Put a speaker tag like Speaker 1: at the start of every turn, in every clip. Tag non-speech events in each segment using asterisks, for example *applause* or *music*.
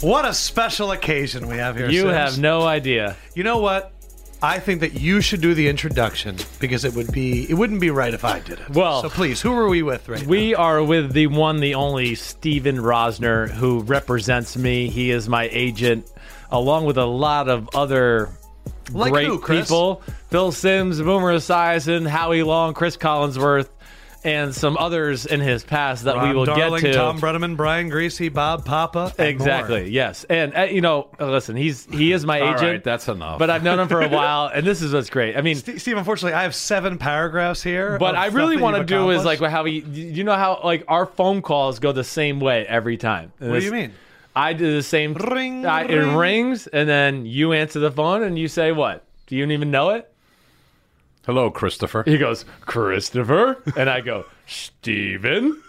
Speaker 1: What a special occasion we have here.
Speaker 2: You
Speaker 1: Sims.
Speaker 2: have no idea.
Speaker 1: You know what? I think that you should do the introduction because it would be it wouldn't be right if I did it.
Speaker 2: Well-
Speaker 1: so please, who are we with right
Speaker 2: We are with the one, the only Steven Rosner, who represents me. He is my agent, along with a lot of other
Speaker 1: now? Like
Speaker 2: great
Speaker 1: who, Chris?
Speaker 2: people Phil Sims, Boomer Esiason, Howie Long, Chris Collinsworth, and some others in his past that
Speaker 1: Ron
Speaker 2: we will
Speaker 1: Darling,
Speaker 2: get to.
Speaker 1: Tom Bredeman, Brian Greasy, Bob Papa. and
Speaker 2: Exactly.
Speaker 1: more.
Speaker 2: Yes, and uh, you know, uh, listen, he's he is my
Speaker 3: All
Speaker 2: agent.
Speaker 3: right, that's enough.
Speaker 2: But I've known him for a while, and this is what's
Speaker 1: *laughs*
Speaker 2: great. I mean,
Speaker 1: Steve, unfortunately, I have seven paragraphs here.
Speaker 2: But
Speaker 1: of
Speaker 2: I
Speaker 1: stuff
Speaker 2: really
Speaker 1: that
Speaker 2: want to
Speaker 1: you've
Speaker 2: do is like
Speaker 1: accomplished.
Speaker 2: how we, you know how like our phone calls go the same way every time. And
Speaker 1: What do
Speaker 2: it's-
Speaker 1: you mean?
Speaker 2: I do the same.
Speaker 1: Ring,
Speaker 2: I,
Speaker 1: ring.
Speaker 2: It rings, and then you answer the phone, and you say what? Do you even know it?
Speaker 3: Hello, Christopher.
Speaker 2: He goes, Christopher, and I go, Steven.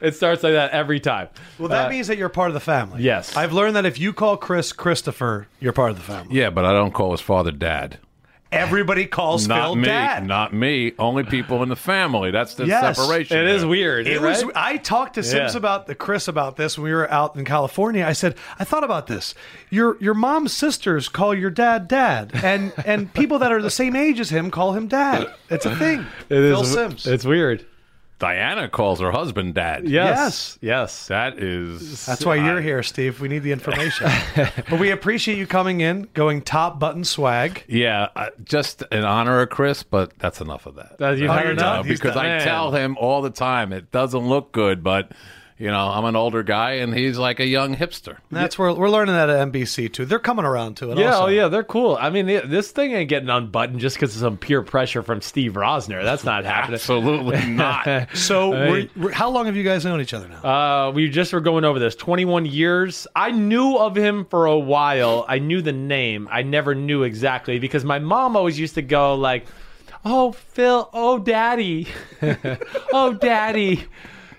Speaker 2: it starts like that every time.
Speaker 1: Well, that
Speaker 2: Uh,
Speaker 1: means that you're part of the family.
Speaker 2: yes.
Speaker 1: I've learned that if you call Chris Christopher, you're part of the family.
Speaker 3: Yeah, but I don't call his father dad.
Speaker 1: Everybody calls
Speaker 3: Not
Speaker 1: Phil
Speaker 3: me.
Speaker 1: Dad.
Speaker 3: Not me. Only people in the family. That's the
Speaker 1: Yes.
Speaker 3: separation.
Speaker 2: it is
Speaker 3: there.
Speaker 2: weird.
Speaker 1: It
Speaker 2: right?
Speaker 1: was. I talked to Sims
Speaker 2: Yeah.
Speaker 1: about the Chris about this when we were out in California. I said I thought about this. Your your mom's sisters call your dad dad, and and people that are the same age as him call him dad. It's a thing.
Speaker 2: *laughs* It is-
Speaker 1: Phil Sims.
Speaker 2: It's weird.
Speaker 3: Diana calls her husband dad.
Speaker 2: Yes. Yes.
Speaker 3: That is.
Speaker 1: That's why you're here, Steve. We need the information. but we appreciate you coming in, going top button swag.
Speaker 3: Yeah, I, just in honor of Chris, but that's enough of that.
Speaker 2: That- you
Speaker 3: That's
Speaker 1: hired
Speaker 3: enough
Speaker 1: up. He's
Speaker 3: because
Speaker 1: the
Speaker 3: I
Speaker 2: man.
Speaker 3: tell him all the time it doesn't look good, but you know I'm an older guy and he's like a young hipster.
Speaker 1: That's where we're learning that at NBC too. They're coming around to it.
Speaker 2: Yeah,
Speaker 1: also.
Speaker 2: oh yeah, they're cool. I mean, th- this thing ain't getting unbuttoned just because of some peer pressure from Steve Rosner. That's
Speaker 1: *laughs*
Speaker 2: not happening.
Speaker 3: Absolutely not.
Speaker 1: So, we're, we're- how long have you guys known each other now?
Speaker 2: Uh, we just were going over this. 21 years. I knew of him for a while. I knew the name. I never knew exactly because my mom always used to go like, "Oh Phil, oh Daddy, *laughs* oh Daddy."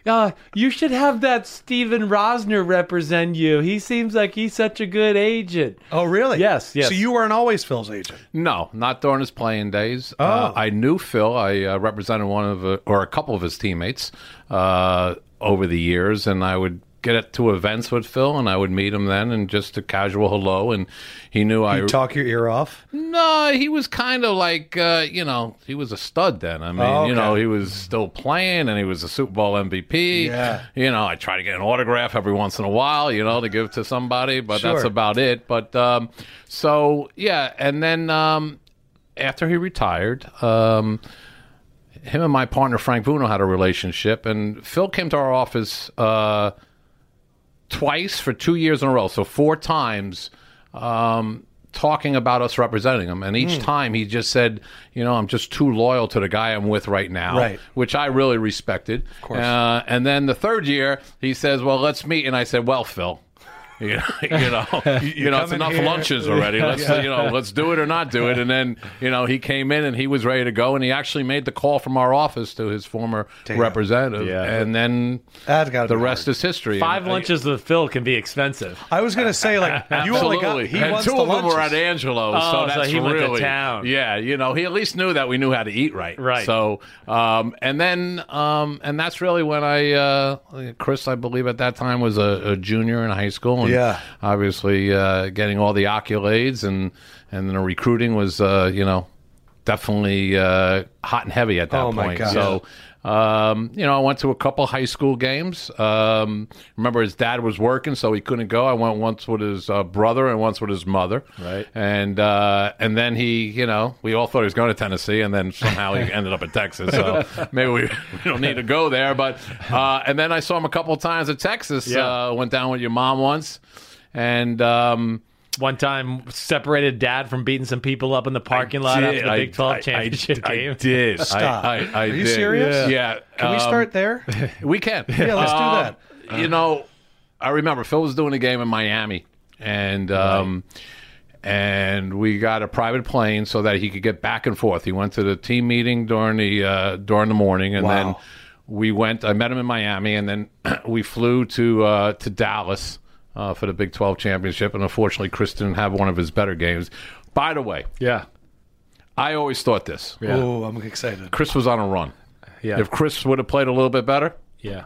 Speaker 2: Uh, you should have that Steven Rosner represent you. He seems like he's such a good agent.
Speaker 1: oh, really?
Speaker 2: yes, yes.
Speaker 1: So you weren't always Phil's agent.
Speaker 3: No, not during his playing days. Uh, I knew Phil. I uh, represented one of uh, or a couple of his teammates uh, over the years, and I would get it to events with Phil, and I would meet him then, and just a casual hello, and he knew I.
Speaker 1: You talk your ear off.
Speaker 3: no, he was kind of like uh, you know he was a stud then. I mean,
Speaker 1: Oh,
Speaker 3: you
Speaker 1: okay.
Speaker 3: know he was still playing, and he was a Super Bowl MVP.
Speaker 1: Yeah.
Speaker 3: you know I try to get an autograph every once in a while, you know, to give to somebody, but that's
Speaker 1: Sure.
Speaker 3: about it. But um, so yeah, and then um, after he retired, um, him and my partner Frank Bruno had a relationship, and Phil came to our office uh, twice for two years in a row, so four times, um, talking about us representing him. And each time he just said, "You know, I'm just too loyal to the guy I'm with right now,"
Speaker 1: Right.
Speaker 3: which I really respected. Of course. Uh, and then the third year, he says, "Well, let's meet," and I said, "Well, Phil." *laughs* You know, you know, you know,
Speaker 1: come in
Speaker 3: it's enough
Speaker 1: here.
Speaker 3: lunches already. Let's you know, let's do it or not do it. And then you know, he came in and he was ready to go, and he actually made the call from our office to his former representative,
Speaker 2: Yeah.
Speaker 3: and then
Speaker 1: That's got
Speaker 3: the rest is history.
Speaker 2: Five
Speaker 3: And-
Speaker 2: lunches with Phil can be expensive.
Speaker 1: I was gonna say
Speaker 3: *laughs*
Speaker 1: like you only got
Speaker 3: Absolutely.
Speaker 1: he
Speaker 3: and
Speaker 1: wants
Speaker 3: two
Speaker 1: the
Speaker 3: of them were at
Speaker 1: lunches.
Speaker 3: Angelo's,
Speaker 2: Oh,
Speaker 3: so
Speaker 2: so
Speaker 3: that's
Speaker 2: he went
Speaker 3: really
Speaker 2: to town.
Speaker 3: Yeah, you know, he at least knew that we knew how to eat right.
Speaker 2: Right.
Speaker 3: So, um, and then, um, and that's really when I, uh, Chris, I believe at that time was a, a junior in high school, and
Speaker 1: Yeah.
Speaker 3: obviously uh, getting all the accolades, and and then the recruiting was, uh, you know, definitely uh, hot and heavy at that
Speaker 1: Oh, my
Speaker 3: point.
Speaker 1: God.
Speaker 3: So. Um, you know, I went to a couple high school games. Um, remember, his dad was working, so he couldn't go. I went once with his uh, brother and once with his mother.
Speaker 2: Right.
Speaker 3: And uh, and then he, you know, we all thought he was going to Tennessee, and then somehow
Speaker 2: *laughs*
Speaker 3: he ended up in Texas. So maybe we, *laughs* we don't need to go there. But uh, and then I saw him a couple times at Texas.
Speaker 2: Yeah.
Speaker 3: Uh, went down with your mom once, and. Um,
Speaker 2: One time, separated dad from beating some people up in the parking lot after the
Speaker 3: I-
Speaker 2: Big 12
Speaker 3: I- I-
Speaker 2: championship
Speaker 3: I,
Speaker 2: game.
Speaker 3: did.
Speaker 1: Stop.
Speaker 3: I, I, I
Speaker 1: Are you
Speaker 3: did.
Speaker 1: serious?
Speaker 3: Yeah.
Speaker 1: Can we
Speaker 3: Um,
Speaker 1: start
Speaker 3: *laughs*
Speaker 1: there?
Speaker 3: We can.
Speaker 1: *laughs* Yeah, let's do Uh-huh.
Speaker 3: Um, You know, I remember Phil was doing a game in Miami, and um, and we got a private plane so that he could get back and forth. He went to the team meeting during the uh, during the morning, and then
Speaker 1: Wow.
Speaker 3: we went. I met him in Miami, and then *clears throat* we flew to uh, to Dallas. Uh, for the Big 12 championship, and unfortunately, Chris didn't have one of his better games. By the way,
Speaker 2: Yeah.
Speaker 3: I always thought this:
Speaker 2: Yeah.
Speaker 1: Oh, I'm excited.
Speaker 3: Chris was on a run.
Speaker 2: Yeah.
Speaker 3: If Chris would have played a little bit better,
Speaker 2: Yeah.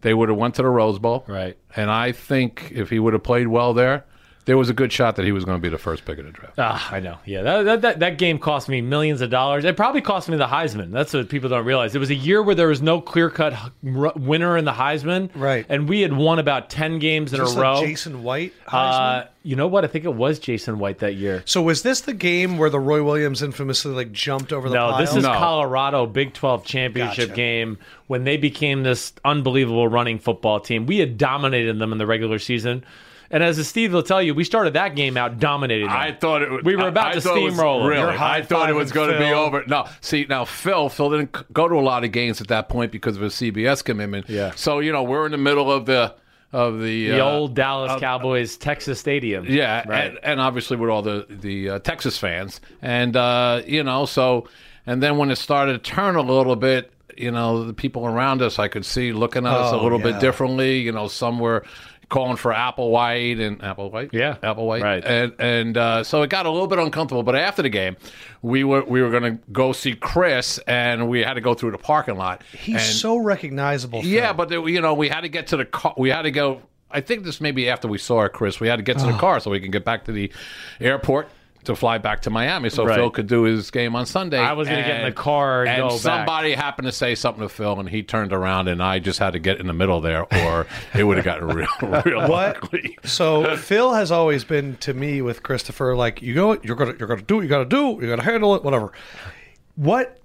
Speaker 3: they would have went to the Rose Bowl.
Speaker 2: Right.
Speaker 3: And I think if he would have played well there, there was a good shot that he was going to be the first pick of the draft.
Speaker 2: Ah, I know. Yeah, that, that, that, that game cost me millions of dollars. It probably cost me the Heisman. That's what people don't realize. It was a year where there was no clear cut winner in the Heisman.
Speaker 1: Right.
Speaker 2: And we had won about 10 games in
Speaker 1: Just
Speaker 2: a row.
Speaker 1: like Jason White. Heisman?
Speaker 2: Uh, you know what? I think it was Jason White that year.
Speaker 1: so was this the game where the Roy Williams infamously like jumped over the
Speaker 2: No,
Speaker 1: pile?
Speaker 2: this is
Speaker 3: No.
Speaker 2: Colorado Big 12 championship
Speaker 1: Gotcha.
Speaker 2: game when they became this unbelievable running football team. We had dominated them in the regular season. And as Steve will tell you, we started that game out dominating them.
Speaker 3: thought it was,
Speaker 2: We were about to
Speaker 3: thought it was-
Speaker 2: steamroll him. You're
Speaker 3: Really, I thought it was
Speaker 1: high-fiving
Speaker 3: going to be
Speaker 1: Phil.
Speaker 3: over. No, see now Phil, Phil didn't c- go to a lot of games at that point because of his CBS commitment.
Speaker 2: Yeah.
Speaker 3: So you know we're in the middle of the of the,
Speaker 2: the
Speaker 3: uh,
Speaker 2: old Dallas Cowboys Texas Stadium.
Speaker 3: Yeah,
Speaker 2: Right.
Speaker 3: and, and obviously with all the the uh, Texas fans, and uh, you know, so and then when it started to turn a little bit, you know, the people around us, I could see looking at us a
Speaker 1: Oh,
Speaker 3: little
Speaker 1: yeah.
Speaker 3: bit differently. You know, some were calling for Applewhite and Applewhite,
Speaker 2: Yeah,
Speaker 3: Applewhite,
Speaker 2: right.
Speaker 3: and and uh, so it got a little bit uncomfortable. But after the game, we were we were going to go see Chris, and we had to go through the parking lot.
Speaker 1: He's
Speaker 3: and,
Speaker 1: so recognizable. Phil.
Speaker 3: yeah, but there- you know, we had to get to the car. We had to go. I think this may be after we saw it, Chris. We had to get
Speaker 2: Oh.
Speaker 3: to the car so we can get back to the airport to fly back to Miami, so
Speaker 2: Right.
Speaker 3: Phil could do his game on Sunday.
Speaker 2: I was gonna get in the
Speaker 3: And-
Speaker 2: car and
Speaker 3: and
Speaker 2: go back.
Speaker 3: somebody happened to say something to Phil, and he turned around, and I just had to get in the middle there,
Speaker 2: *laughs*
Speaker 3: or it would have gotten real, real
Speaker 1: What?
Speaker 3: ugly.
Speaker 1: So Phil has always been to me with Christopher like you go you're gonna you're gonna do what you gotta do you gotta handle it whatever. What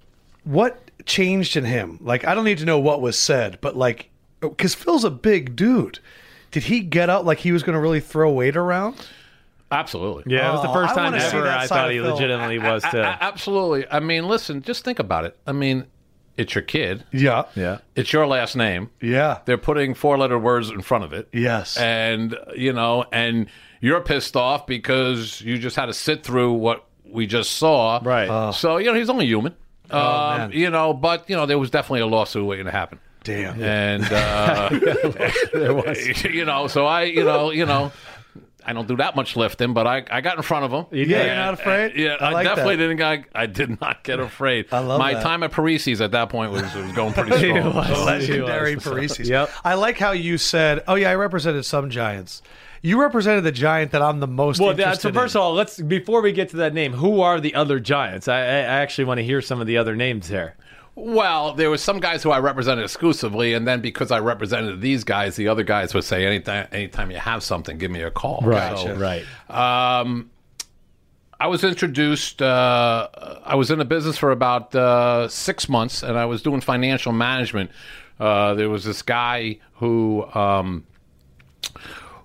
Speaker 1: what changed in him? Like I don't need to know what was said, but like because Phil's a big dude. Did he get up like he was gonna really throw weight around?
Speaker 3: Absolutely.
Speaker 2: Yeah, it was the
Speaker 1: Oh,
Speaker 2: first
Speaker 1: I
Speaker 2: time
Speaker 1: wanna see
Speaker 2: ever
Speaker 1: that
Speaker 2: I
Speaker 1: side
Speaker 2: thought
Speaker 1: of
Speaker 2: he
Speaker 1: Phil.
Speaker 3: *laughs*
Speaker 2: legitimately was
Speaker 3: A-
Speaker 2: too.
Speaker 3: a- absolutely. I mean, listen, just think about it. I mean, it's your kid.
Speaker 1: Yeah,
Speaker 2: yeah.
Speaker 3: It's your last name.
Speaker 1: yeah,
Speaker 3: They're putting four-letter words in front of it.
Speaker 1: yes.
Speaker 3: and you know and you're pissed off because you just had to sit through what we just saw
Speaker 2: Right. Oh.
Speaker 3: so you know he's only human
Speaker 1: man.
Speaker 3: um, you know but you know there was definitely a lawsuit waiting to happen
Speaker 1: Damn.
Speaker 3: and uh, there was *laughs* you know so i you know you know I don't do that much lifting, but I, I got in front of him.
Speaker 2: did. Yeah,
Speaker 1: you're not afraid?
Speaker 3: yeah,
Speaker 1: I
Speaker 3: I,
Speaker 1: like
Speaker 3: definitely
Speaker 1: that.
Speaker 3: didn't. I, I did not get afraid. I
Speaker 1: love
Speaker 3: my
Speaker 1: that.
Speaker 3: time at Parisi's at that point was, was
Speaker 1: *laughs*
Speaker 3: going pretty strong.
Speaker 2: It was.
Speaker 3: So-
Speaker 1: legendary
Speaker 2: He
Speaker 1: *laughs*
Speaker 2: was.
Speaker 1: Parisi's.
Speaker 2: Yep.
Speaker 1: Oh, I like how you said, "Oh yeah, I represented some giants." You represented the giant that I'm the most.
Speaker 2: Well, that,
Speaker 1: interested
Speaker 2: so first
Speaker 1: in.
Speaker 2: of all, let's before we get to that name, who are the other Giants? I, I I actually want to hear some of the other names there.
Speaker 3: Well, there was some guys who I represented exclusively, and then because I represented these guys, the other guys would say, "Anytime, anytime you have something, give me a call." So,
Speaker 2: right.
Speaker 3: Um, I was introduced. Uh, I was in the business for about uh, six months, and I was doing financial management. Uh, there was this guy who. Um,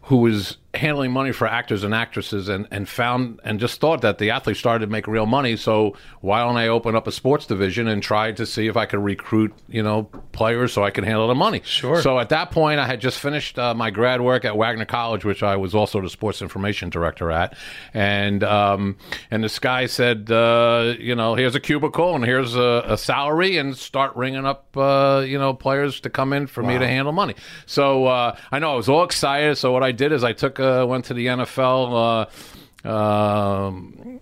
Speaker 3: who was handling money for actors and actresses and, and found and just thought that the athletes started to make real money. So why don't I open up a sports division and try to see if I could recruit, you know, players so I can handle the money.
Speaker 1: Sure.
Speaker 3: So at that point, I had just finished uh, my grad work at Wagner College, which I was also the sports information director at. And, um, and this guy said, uh, you know, here's a cubicle and here's a, a salary and start ringing up, uh, you know, players to come in for me to handle money. So uh, I know I was all excited. So what I did is I took uh, went to the NFL. Uh, um,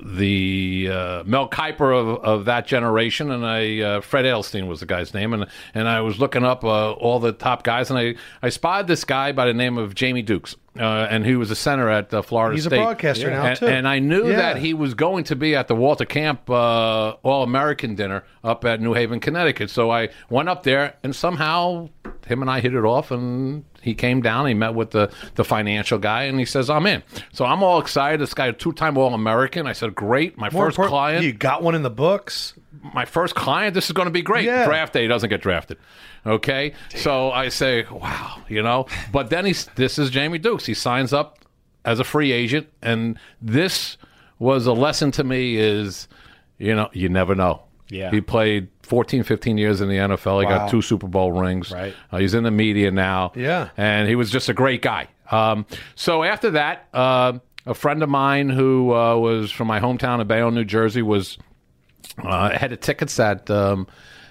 Speaker 3: the uh, Mel Kiper of, of that generation, and I uh, Fred Adelstein was the guy's name, and and I was looking up uh, all the top guys, and I I spied this guy by the name of Jamie Dukes, uh, and he was a center at uh, Florida
Speaker 1: He's a
Speaker 3: State.
Speaker 1: broadcaster now,
Speaker 3: and,
Speaker 1: too.
Speaker 3: and I knew
Speaker 1: Yeah.
Speaker 3: that he was going to be at the Walter Camp uh, All American dinner up at New Haven, Connecticut. So I went up there, and somehow him and I hit it off, and he came down. He met with the, the financial guy, and he says, "I'm in." So I'm all excited. This guy, two time All American. I said, "Great, my
Speaker 1: More
Speaker 3: first
Speaker 1: important-
Speaker 3: client."
Speaker 1: you got one in the books.
Speaker 3: my first client. This is going to be great.
Speaker 1: Yeah.
Speaker 3: Draft day he doesn't get drafted. Okay, so I say, wow, you know. But then he's this is Jamie Dukes. He signs up as a free agent, and this was a lesson to me: is you know, you never know.
Speaker 2: Yeah.
Speaker 3: he played 14, 15 years in the NFL. He
Speaker 1: Wow.
Speaker 3: got two Super Bowl rings.
Speaker 2: Right.
Speaker 3: Uh, he's in the media now.
Speaker 1: Yeah.
Speaker 3: And he was just a great guy. Um, so after that, uh, a friend of mine who uh, was from my hometown of Bayonne, New Jersey, was uh, had a tickets at um,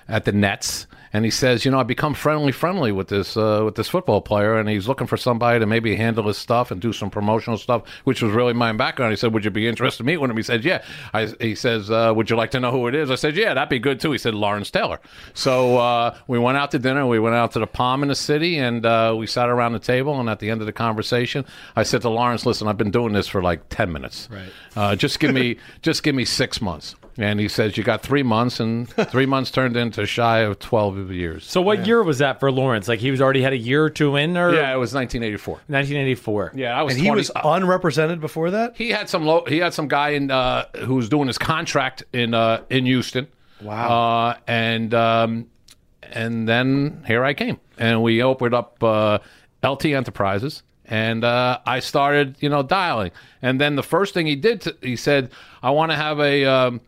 Speaker 3: at the Nets, and he says, you know, I become friendly friendly with this uh, with this football player, and he's looking for somebody to maybe handle his stuff and do some promotional stuff, which was really my background. He said, would you be interested in meeting with him? He said, yeah. I, he says, uh, would you like to know who it is? I said, yeah, that'd be good too. He said, Lawrence Taylor. So uh, we went out to dinner. We went out to the Palm in the city, and uh, we sat around the table. And at the end of the conversation, I said to Lawrence, listen, I've been doing this for like ten minutes.
Speaker 2: Right.
Speaker 3: Uh, just give me just give me six months. And he says you got three months, and three months turned into shy of twelve years.
Speaker 2: So what year was that for Lawrence? Like he was already had a year or two in, or
Speaker 3: Yeah, it was 1984.
Speaker 2: 1984.
Speaker 3: Yeah, I was.
Speaker 1: And he
Speaker 3: 20
Speaker 1: was unrepresented before that?
Speaker 3: he had some low, he had some guy in uh, who was doing his contract in uh, in Houston.
Speaker 1: Wow.
Speaker 3: Uh, and um, and then here I came, and we opened up uh, LT Enterprises, and uh, I started you know dialing, and then the first thing he did, to, he said, I want to have a, um,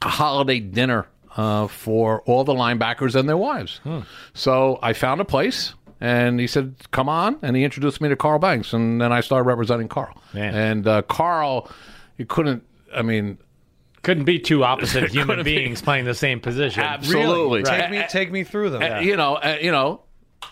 Speaker 3: a holiday dinner. Uh, for all the linebackers and their wives. So I found a place and he said, Come on. And he introduced me to Carl Banks. And then I started representing Carl.
Speaker 2: Man.
Speaker 3: And uh, Carl, you couldn't. I mean,
Speaker 2: Couldn't be two
Speaker 3: *laughs*
Speaker 2: opposite human beings playing the same position.
Speaker 3: absolutely.
Speaker 1: Take me, take me through them.
Speaker 3: You know, uh, you know,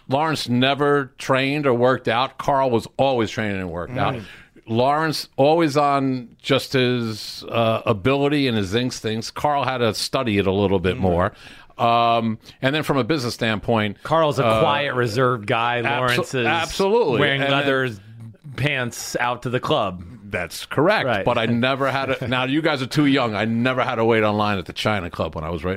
Speaker 3: Lawrence never trained or worked out. Carl was always training and worked
Speaker 2: Mm.
Speaker 3: out. Lawrence always on just his uh, ability and his instincts. Carl had to study it a little
Speaker 2: Mm-hmm.
Speaker 3: bit more. Um, and then from a business standpoint,
Speaker 2: Carl's a quiet, reserved guy. Lawrence is
Speaker 3: Uh, absolutely.
Speaker 2: wearing
Speaker 3: And then-
Speaker 2: leather pants out to the club.
Speaker 3: That's correct.
Speaker 2: Right.
Speaker 3: But I never had a. Now you guys are too young. I never had to wait online at the China Club when I was re-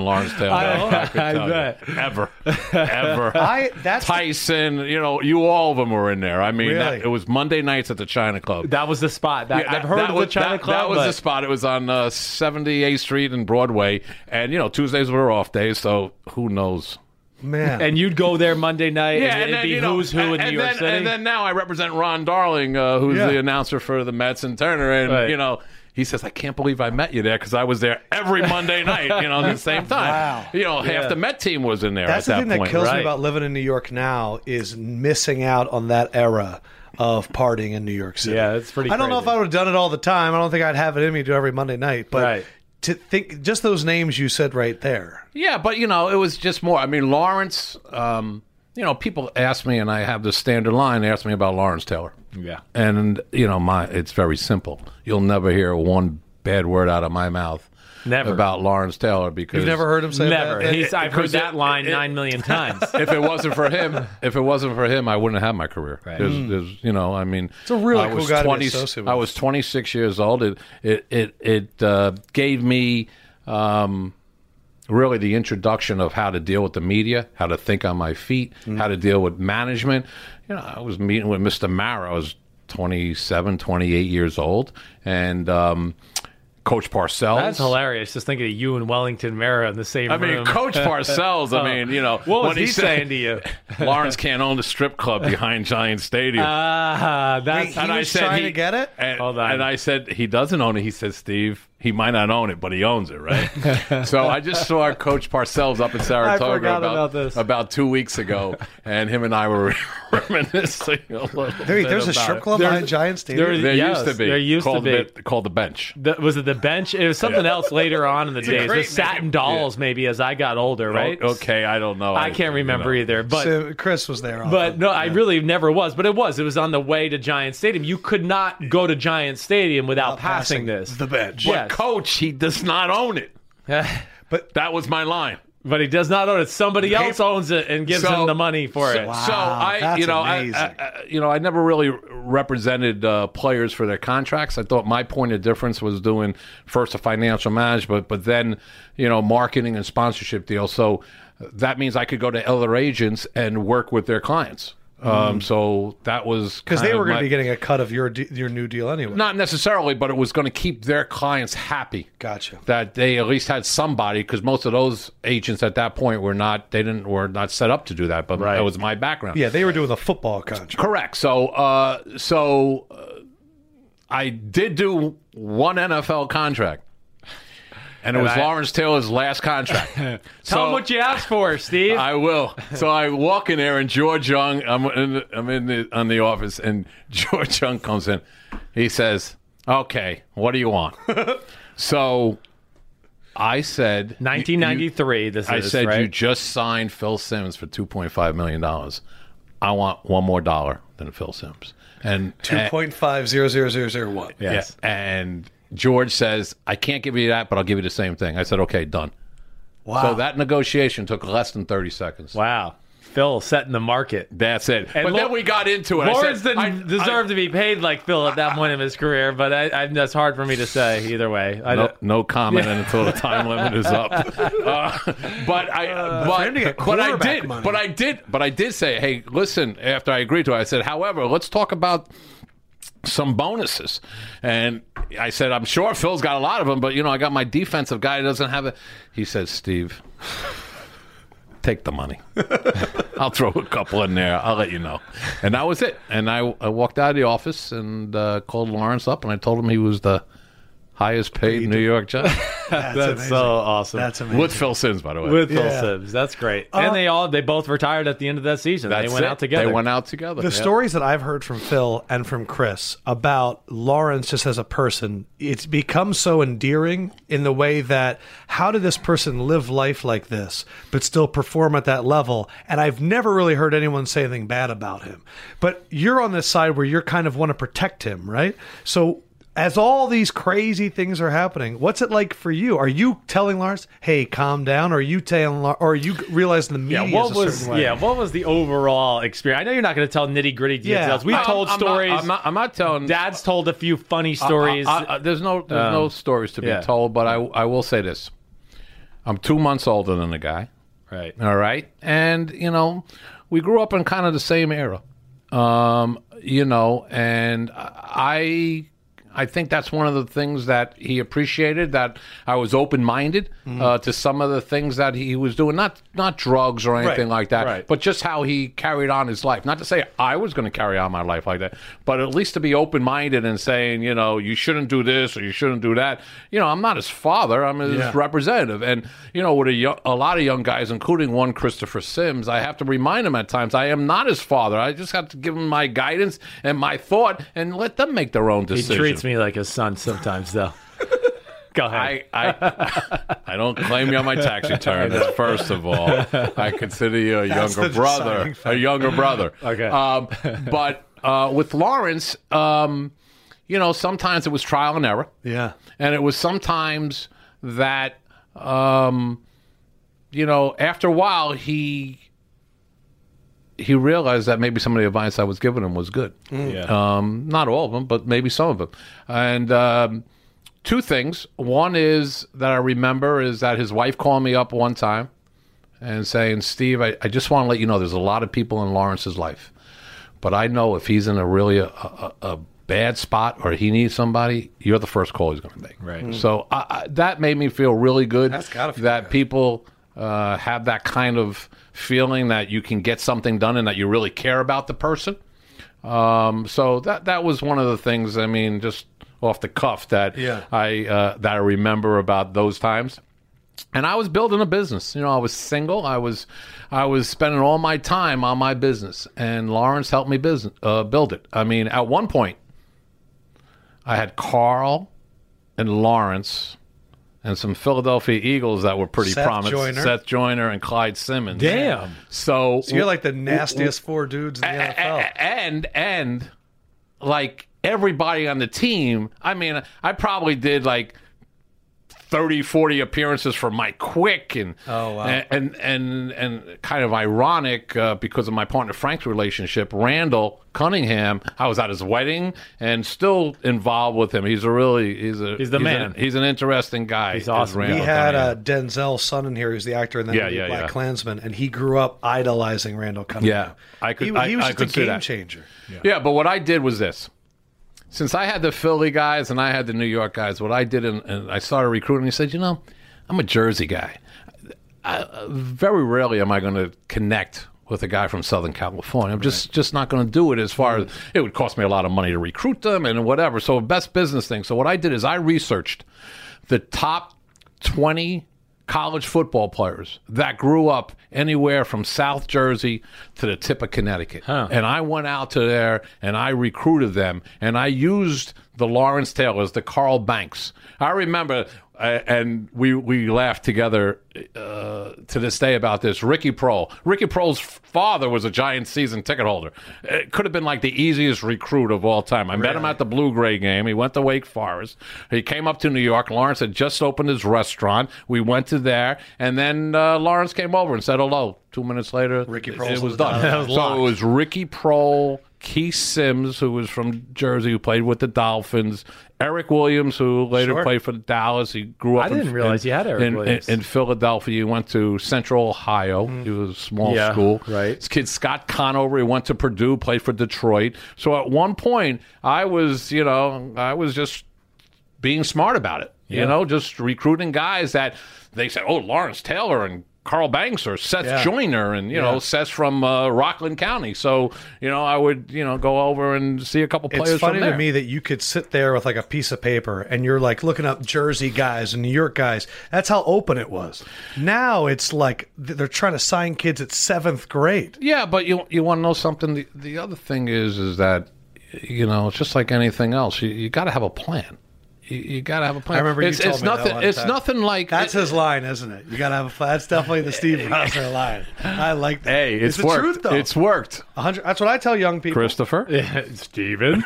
Speaker 2: *laughs*
Speaker 3: Lawrence Taylor.
Speaker 2: I-
Speaker 3: could
Speaker 2: I
Speaker 3: tell you.
Speaker 2: bet.
Speaker 3: Ever,
Speaker 2: *laughs*
Speaker 3: ever.
Speaker 1: I that's
Speaker 3: Tyson, you know, you all of them were in there. I mean, that-
Speaker 1: Really?
Speaker 3: it was Monday nights at the China Club.
Speaker 2: That was the spot. That,
Speaker 3: Yeah,
Speaker 2: I've heard
Speaker 3: that
Speaker 2: of
Speaker 3: was,
Speaker 2: the China
Speaker 3: that,
Speaker 2: Club.
Speaker 3: That was
Speaker 2: but
Speaker 3: the spot. It was on uh, 78th Street and Broadway. And, you know, Tuesdays were off days, so who knows?
Speaker 1: man.
Speaker 2: and you'd go there Monday night, and, it'd be who's who in
Speaker 3: and
Speaker 2: New
Speaker 3: then,
Speaker 2: York City.
Speaker 3: And then now I represent Ron Darling, uh, who's
Speaker 1: Yeah.
Speaker 3: the announcer for the Mets and Turner, and
Speaker 2: Right.
Speaker 3: you know. He says, "I can't believe I met you there because I was there every Monday night, you know, at the *laughs* same time.
Speaker 1: Wow.
Speaker 3: You know, half the Met team was in there
Speaker 1: that's the
Speaker 3: at that
Speaker 1: thing that
Speaker 3: point.
Speaker 1: kills
Speaker 2: right.
Speaker 1: me about living in New York now is missing out on that era of partying in New York City.
Speaker 2: Yeah, it's pretty
Speaker 1: I don't know if
Speaker 2: crazy.
Speaker 1: I would have done it all the time. I don't think I'd have it in me to do every Monday night, but
Speaker 2: Right.
Speaker 1: to think just those names you said right there.
Speaker 3: Yeah, but you know, it was just more. I mean, Lawrence. Um, you know, people ask me, and I have this standard line. They ask me about Lawrence Taylor.
Speaker 2: Yeah.
Speaker 3: and you know, my it's very simple. You'll never hear one bad word out of my mouth.
Speaker 2: Never.
Speaker 3: about Lawrence Taylor because
Speaker 1: You've never heard him say
Speaker 2: Never.
Speaker 1: that?
Speaker 2: He's, I've heard
Speaker 3: because it-
Speaker 2: that line
Speaker 3: it-
Speaker 2: nine
Speaker 3: *laughs*
Speaker 2: million times.
Speaker 3: if it wasn't for him, if it wasn't for him, I wouldn't have my career. There's, there's, you know, I mean, it's
Speaker 1: Hmm. a really
Speaker 3: I
Speaker 1: cool
Speaker 3: was
Speaker 1: guy to be
Speaker 3: 20
Speaker 1: associated with.
Speaker 3: I was 26 years old. It it it, it uh, gave me um, really the introduction of how to deal with the media, how to think on my feet,
Speaker 1: Hmm.
Speaker 3: how to deal with management. You know, I was meeting with Mr. Mara. I was 27, 28 years old, and um, Coach Parcells.
Speaker 2: That's hilarious. Just thinking of you and Wellington Mara in the same
Speaker 3: I
Speaker 2: room. *laughs*
Speaker 3: mean, Coach Parcells. I mean, you know,
Speaker 2: what was
Speaker 3: when
Speaker 2: he
Speaker 3: said-
Speaker 2: saying to you?
Speaker 3: *laughs* Lawrence can't own the strip club behind Giant Stadium.
Speaker 2: Ah, that's
Speaker 1: Wait, he was trying to get it?
Speaker 3: And,
Speaker 2: Hold on.
Speaker 3: and I said he doesn't own it. He said, Steve, he might not own it, but he owns
Speaker 2: *laughs*
Speaker 3: it, right? so I just saw Coach Parcells up in Saratoga
Speaker 2: forgot about this.
Speaker 3: about two weeks ago, and him and I were *laughs* reminiscing a
Speaker 1: There-
Speaker 3: little. bit
Speaker 1: there's a
Speaker 3: about
Speaker 1: strip
Speaker 3: it.
Speaker 1: club
Speaker 2: There's-
Speaker 1: behind Giant Stadium.
Speaker 2: there's-
Speaker 3: There
Speaker 2: Yes,
Speaker 3: used to be.
Speaker 2: there used to
Speaker 3: called
Speaker 2: be.
Speaker 3: The, called the bench.
Speaker 2: The, was it the bench? It was something else later on in the days. The
Speaker 3: great
Speaker 2: satin
Speaker 3: name.
Speaker 2: dolls, maybe as I got older, right?
Speaker 3: O- Oh, Okay, I don't know.
Speaker 2: I can't
Speaker 3: you
Speaker 2: remember
Speaker 3: know.
Speaker 2: either. But
Speaker 1: So Chris was there. also.
Speaker 2: But no, I really never was. But it was. It was on the way to Giant Stadium. You could not go to Giant Stadium without
Speaker 1: passing
Speaker 2: passing, this.
Speaker 1: the bench.
Speaker 3: But
Speaker 2: Yes.
Speaker 3: Coach, he does not own it.
Speaker 2: *laughs*
Speaker 3: That was my line.
Speaker 2: but he does not own it. Somebody else owns it and gives
Speaker 3: So-
Speaker 2: him the money for it.
Speaker 1: Wow,
Speaker 3: so I,
Speaker 1: that's
Speaker 3: you know, I,
Speaker 1: amazing.
Speaker 3: I, I- you know, I never really represented uh, players for their contracts. I thought my point of difference was doing first a financial management, but then, you know, marketing and sponsorship deals. So uh, that means I could go to other agents and work with their clients. Um, so that was
Speaker 1: because Mm-hmm. they
Speaker 3: kind
Speaker 1: were
Speaker 3: of
Speaker 1: going
Speaker 3: Uh, my-
Speaker 1: to be getting a cut of your de- your new deal anyway.
Speaker 3: not necessarily, but it was going to keep their clients happy.
Speaker 1: Gotcha.
Speaker 3: That they at least had somebody, because most of those agents at that point were not they didn't were not set up to do that. But
Speaker 2: Right.
Speaker 3: that was my background.
Speaker 1: Yeah, they were doing the football contract.
Speaker 3: Correct. So, uh, so uh, I did do one NFL contract, and it was
Speaker 2: I-
Speaker 3: Lawrence Taylor's last contract.
Speaker 2: *laughs* Tell him what you asked for, Steve.
Speaker 3: *laughs* I will. So I walk in there, and George Young, I'm in, the, I'm in the on the office, and *laughs* George Young
Speaker 2: *laughs*
Speaker 3: comes in. He says, "Okay, what do you want?" so I said
Speaker 2: 1993. this is
Speaker 3: I said
Speaker 2: right?
Speaker 3: you just signed Phil Sims for two point five million dollars. I want one more dollar than Phil Sims. And
Speaker 1: Two point five zero zero zero zero one.
Speaker 3: and-
Speaker 2: Yes.
Speaker 3: yeah, and George says, I can't give you that, but I'll give you the same thing. I said, Okay, done.
Speaker 1: Wow.
Speaker 3: So that negotiation took less than thirty seconds.
Speaker 2: Wow, Phil setting the market.
Speaker 3: That's it.
Speaker 2: And
Speaker 3: but
Speaker 2: Lau-
Speaker 3: then we got into it. I said,
Speaker 2: Lawrence didn't
Speaker 3: I-
Speaker 2: deserve to be paid like Phil at that point in his career, but I, I, that's hard for me to say either way. I
Speaker 3: No,
Speaker 2: don't-
Speaker 3: no comment until the time limit
Speaker 2: *laughs*
Speaker 3: is up. Uh, but I,
Speaker 1: Uh, for him to
Speaker 3: but,
Speaker 1: get
Speaker 3: but I
Speaker 1: quarterback
Speaker 3: did,
Speaker 1: money.
Speaker 3: but I did, but I did say, hey, listen. After I agreed to it, I said, however, let's talk about some bonuses. And I said, I'm sure Phil's got a lot of them, but you know, I got my defensive guy who doesn't have it. He says, Steve, take the money. *laughs* I'll throw a couple in there. I'll let you know. And that was it. And I, I walked out of the office and uh, called Lawrence up and I told him he was the highest paid New
Speaker 1: *laughs*
Speaker 3: York job.
Speaker 1: that's,
Speaker 2: that's
Speaker 1: amazing.
Speaker 2: so
Speaker 3: uh,
Speaker 2: awesome.
Speaker 1: That's amazing.
Speaker 3: With Phil Sims, by the way.
Speaker 2: with Phil
Speaker 1: Yeah.
Speaker 2: Sims. That's great. and they all they both retired at the end of that season. They
Speaker 3: That's
Speaker 2: went
Speaker 3: it.
Speaker 2: out together.
Speaker 3: They went out together.
Speaker 1: the
Speaker 3: yeah.
Speaker 1: stories that I've heard from Phil and from Chris about Lawrence just as a person, it's become so endearing in the way that how did this person live life like this but still perform at that level? And I've never really heard anyone say anything bad about him. But you're on this side where you're kind of want to protect him, right? So as all these crazy things are happening, what's it like for you? Are you telling Lawrence, "Hey, calm down"? Or are you telling, Law- or are you realizing the media?
Speaker 2: yeah, what
Speaker 1: is a
Speaker 2: was
Speaker 1: certain way?
Speaker 2: yeah? What was the overall experience? I know you're not going to tell nitty gritty
Speaker 1: Yeah.
Speaker 2: details. We've
Speaker 3: I'm-
Speaker 2: told
Speaker 3: I'm not-
Speaker 2: stories.
Speaker 3: I'm not, I'm not telling.
Speaker 2: Dad's told a few funny stories. Uh,
Speaker 3: I- I- I- uh, there's no there's no stories to be
Speaker 2: yeah.
Speaker 3: told, but I I will say this: I'm two months older than the guy.
Speaker 2: right.
Speaker 3: All right, and you know, we grew up in kind of the same era. Um, you know, and I I think that's one of the things that he appreciated that I was open minded uh, to some of the things that he was doing. Not not drugs or anything like that,
Speaker 2: right.
Speaker 3: but just how he carried on his life. Not to say I was going to carry on my life like that, but at least to be open minded and saying, you know, you shouldn't do this or you shouldn't do that. You know, I'm not his father. I'm his
Speaker 1: Yeah.
Speaker 3: representative. And you know, with a, yo- a lot of young guys, including one Christopher Sims, I have to remind him at times I am not his father. I just have to give him my guidance and my thought and let them make their own
Speaker 2: He
Speaker 3: decision.
Speaker 2: treats me like his son sometimes, *laughs* though. Go ahead.
Speaker 3: I, I, I don't claim you on my tax return. First of all, I consider you a
Speaker 1: the
Speaker 3: younger brother,
Speaker 1: deciding
Speaker 3: a younger brother.
Speaker 2: Okay.
Speaker 3: Um, but uh, with Lawrence, um, you know, sometimes it was trial and error.
Speaker 1: Yeah.
Speaker 3: And it was sometimes that, um, you know, after a while, he he realized that maybe some of the advice I was giving him was good. Um, not all of them, but maybe some of them. And um, two things. One is that I remember is that his wife called me up one time and saying, Steve, I, I just want to let you know there's a lot of people in Lawrence's life. But I know if he's in a really a, a, a bad spot or he needs somebody, you're the first call he's going to make.
Speaker 2: Right.
Speaker 3: So I, I, that made me feel really good
Speaker 1: Mm-hmm. That's gotta feel
Speaker 3: that
Speaker 1: good.
Speaker 3: people uh, have that kind of feeling that you can get something done and that you really care about the person. Um, so that that was one of the things. I mean, just off the cuff that
Speaker 1: Yeah.
Speaker 3: I uh, that I remember about those times. And I was building a business. You know, I was single. I was I was spending all my time on my business, and Lawrence helped me business uh, build it. I mean, at one point, I had Carl and Lawrence. And some Philadelphia Eagles that were pretty
Speaker 1: Seth
Speaker 3: prominent.
Speaker 1: Joyner.
Speaker 3: Seth Joyner and Clyde Simmons.
Speaker 2: Damn.
Speaker 3: So,
Speaker 1: So you're like the nastiest four dudes in the
Speaker 3: a-
Speaker 1: NFL.
Speaker 3: a- and and like everybody on the team i mean i probably did like 30 40 appearances for mike quick and
Speaker 1: Oh, wow.
Speaker 3: and and and kind of ironic uh, because of my partner frank's relationship randall cunningham i was at his wedding and still involved with him he's a really he's a
Speaker 2: He's the man.
Speaker 3: an- he's an interesting guy he's
Speaker 2: awesome.
Speaker 1: He had uh, Denzel's son in here, who's the actor in the
Speaker 3: Yeah,
Speaker 1: movie
Speaker 3: yeah,
Speaker 1: Black
Speaker 3: yeah.
Speaker 1: Klansman, and he grew up idolizing Randall Cunningham.
Speaker 3: Yeah, I could-
Speaker 1: He,
Speaker 3: I-
Speaker 1: he was
Speaker 3: I
Speaker 1: just
Speaker 3: could
Speaker 1: a
Speaker 3: see
Speaker 1: game
Speaker 3: that.
Speaker 1: changer.
Speaker 3: Yeah, but what I did was this. Since I had the Philly guys and I had the New York guys, what I did, and, and I started recruiting, I said, you know, I'm a Jersey guy. I, I, very rarely am I going to connect with a guy from Southern California. I'm just just not going to do it as far as it would cost me a lot of money to recruit them and whatever. So, best business thing. So, what I did is I researched the top 20 college football players that grew up anywhere from South Jersey to the tip of Connecticut. And I went out to there and I recruited them and I used the Lawrence Taylors, the Carl Banks. I remember, uh, and we we laughed together uh, to this day about this. Ricky Prohl. Ricky Prohl's father was a Giant season ticket holder. It could have been like the easiest recruit of all time. I met him at the Blue Gray game. He went to Wake Forest. He came up to New York. Lawrence had just opened his restaurant. We went to there, and then uh, Lawrence came over and said hello. Two minutes later,
Speaker 1: Ricky
Speaker 3: it-
Speaker 1: Prohl's
Speaker 3: it
Speaker 1: on
Speaker 3: was
Speaker 1: the
Speaker 3: done.
Speaker 1: dotted line.
Speaker 3: so it was Ricky Prohl, Keith Sims, who was from Jersey, who played with the Dolphins, Eric Williams, who later
Speaker 1: Sure.
Speaker 3: played for Dallas. He grew up.
Speaker 2: I
Speaker 3: in-
Speaker 2: didn't realize
Speaker 3: in-
Speaker 2: you had Eric
Speaker 3: in,
Speaker 2: Williams. Mm.
Speaker 3: in Philadelphia. He went to Central Ohio. He was a small
Speaker 2: Yeah,
Speaker 3: school.
Speaker 2: right.
Speaker 3: This kid Scott Conover. He went to Purdue, played for Detroit. So at one point, I was, you know, I was just being smart about it. You know, just recruiting guys that they said, oh, Lawrence Taylor and Carl Banks or Seth Joyner and, you know, Seth from uh, Rockland County. So, you know, I would, you know, go over and see a couple players.
Speaker 1: It's funny
Speaker 3: from there.
Speaker 1: to me that you could sit there with like a piece of paper and you're like looking up Jersey guys and New York guys. That's how open it was. Now it's like th- they're trying to sign kids at seventh grade.
Speaker 3: Yeah, but you you want to know something? The, the other thing is is that you know it's just like anything else. You, you got to have a plan. You, you got to have a plan.
Speaker 1: I remember you
Speaker 3: it's,
Speaker 1: told
Speaker 3: it's
Speaker 1: me that
Speaker 3: nothing.
Speaker 1: one
Speaker 3: it's
Speaker 1: time.
Speaker 3: nothing like
Speaker 1: That's his line, isn't it? You gotta have a plan. That's definitely the Steve Rosser line. I like that.
Speaker 3: hey, it's,
Speaker 1: the
Speaker 3: worked.
Speaker 1: truth, though.
Speaker 3: It's worked,
Speaker 1: 100 that's what I tell young people. *laughs*
Speaker 3: Christopher.
Speaker 2: *laughs* *laughs* Steven.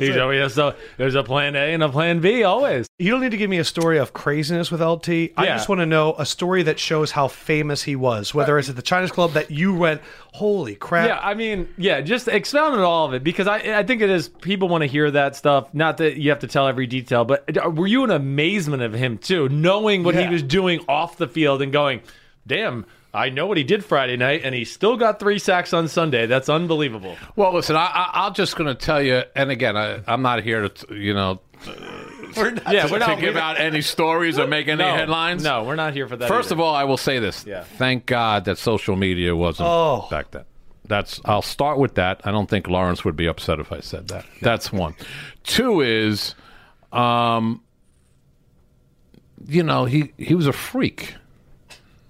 Speaker 2: He's always so there's a plan A and a plan B always.
Speaker 1: You don't need to give me a story of craziness with LT. I
Speaker 2: Yeah.
Speaker 1: just want to know a story that shows how famous he was, whether it's at the China's Club that you went, holy crap.
Speaker 2: Yeah, I mean, yeah, just expound on all of it because I I think it is people want to hear that stuff. Not that you have to tell every detail, but uh, were you in amazement of him too, knowing what
Speaker 1: Yeah.
Speaker 2: he was doing off the field and going, "Damn, I know what he did Friday night, and he still got three sacks on Sunday. That's unbelievable."
Speaker 3: Well, listen, I, I, I'm just going to tell you, and again, I, I'm not here to, you know,
Speaker 2: yeah,
Speaker 3: to,
Speaker 2: we're
Speaker 3: to
Speaker 2: not
Speaker 3: give out any stories or make any
Speaker 2: no,
Speaker 3: headlines.
Speaker 2: No, we're not here for that.
Speaker 3: First of all, I will say this.
Speaker 2: Yeah.
Speaker 3: Thank God that social media wasn't
Speaker 1: Oh.
Speaker 3: back then. That's I'll start with that. I don't think Lawrence would be upset if I said that. That's one. Two is um you know, he he was a freak,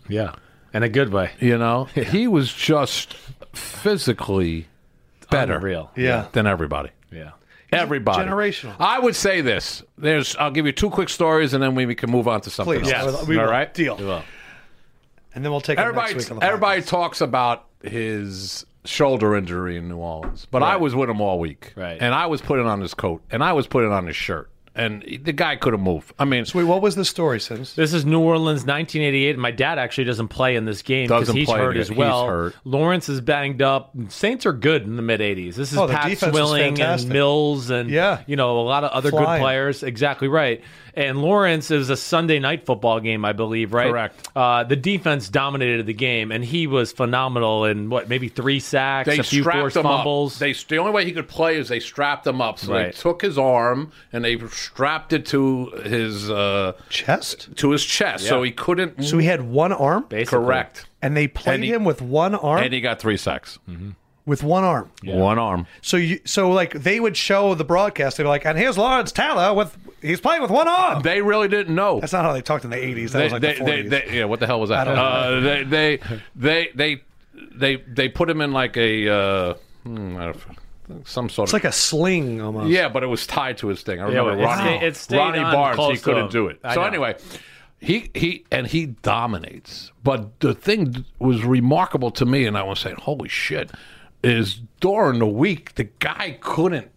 Speaker 2: yeah, in a good way.
Speaker 3: you know? He was just physically better
Speaker 2: Unreal.
Speaker 1: Yeah.
Speaker 3: than everybody.
Speaker 2: Yeah.
Speaker 3: Everybody.
Speaker 1: generational.
Speaker 3: I would say this. There's I'll give you two quick stories and then we can move on to something
Speaker 1: Please.
Speaker 3: else.
Speaker 2: Yes.
Speaker 1: We will.
Speaker 3: All right.
Speaker 1: Deal. And then we'll take
Speaker 3: everybody,
Speaker 1: it next week on the
Speaker 3: everybody
Speaker 1: podcast.
Speaker 3: talks about his shoulder injury in New Orleans, but I was with him all week,
Speaker 2: Right.
Speaker 3: And I was putting on his coat, and I was putting on his shirt, and the guy couldn't move. I mean,
Speaker 1: Wait, what was the story, Sims?
Speaker 2: This is New Orleans, 1988. and My dad actually doesn't play in this game because
Speaker 3: Doesn't
Speaker 2: he's
Speaker 3: play in
Speaker 2: hurt
Speaker 3: it.
Speaker 2: as
Speaker 3: He's
Speaker 2: well.
Speaker 3: hurt.
Speaker 2: Lawrence is banged up. Saints are good in the mid 80s. This is
Speaker 1: Oh, their
Speaker 2: Pat
Speaker 1: defense was
Speaker 2: Swilling and
Speaker 1: fantastic.
Speaker 2: Mills and
Speaker 1: Yeah.
Speaker 2: you know a lot of other
Speaker 1: Flying.
Speaker 2: good players. Exactly right. And Lawrence is a Sunday night football game, I believe. Right.
Speaker 3: Correct.
Speaker 2: Uh, the defense dominated the game, and he was phenomenal in what maybe three sacks,
Speaker 3: they
Speaker 2: a few
Speaker 3: strapped
Speaker 2: forced
Speaker 3: him
Speaker 2: fumbles.
Speaker 3: up. They the only way he could play is they strapped him up. So they
Speaker 2: Right.
Speaker 3: took his arm and they strapped it to his uh,
Speaker 1: Chest?
Speaker 3: to his chest, so he couldn't.
Speaker 1: So he had one arm?
Speaker 2: Basically.
Speaker 3: correct,
Speaker 1: And they played
Speaker 3: And he-
Speaker 1: him with one arm?
Speaker 3: and he got three sacks,
Speaker 1: with one arm.
Speaker 3: one arm.
Speaker 1: So you so like they would show the broadcast, they'd be like, and here's Lawrence Taylor with he's playing with one arm.
Speaker 3: They really didn't know.
Speaker 1: That's not how they talked in the eighties. That was like the
Speaker 3: they,
Speaker 1: forties.
Speaker 3: they- yeah, what the hell was that?
Speaker 1: don't know.
Speaker 3: Uh, they, they, they, they, they, they put him in like a uh, hmm, I don't know, some sort
Speaker 1: It's
Speaker 3: of.
Speaker 1: like a sling almost.
Speaker 3: yeah, but it was tied to his thing. I remember
Speaker 2: it
Speaker 3: Ronnie,
Speaker 2: stayed- it stayed
Speaker 3: Ronnie
Speaker 2: on
Speaker 3: Barnes. He
Speaker 2: close to
Speaker 3: couldn't
Speaker 2: him.
Speaker 3: do it.
Speaker 2: I
Speaker 3: So
Speaker 2: know.
Speaker 3: anyway, he he and he dominates. But the thing that was remarkable to me, and I was saying, "Holy shit!" Is during the week the guy couldn't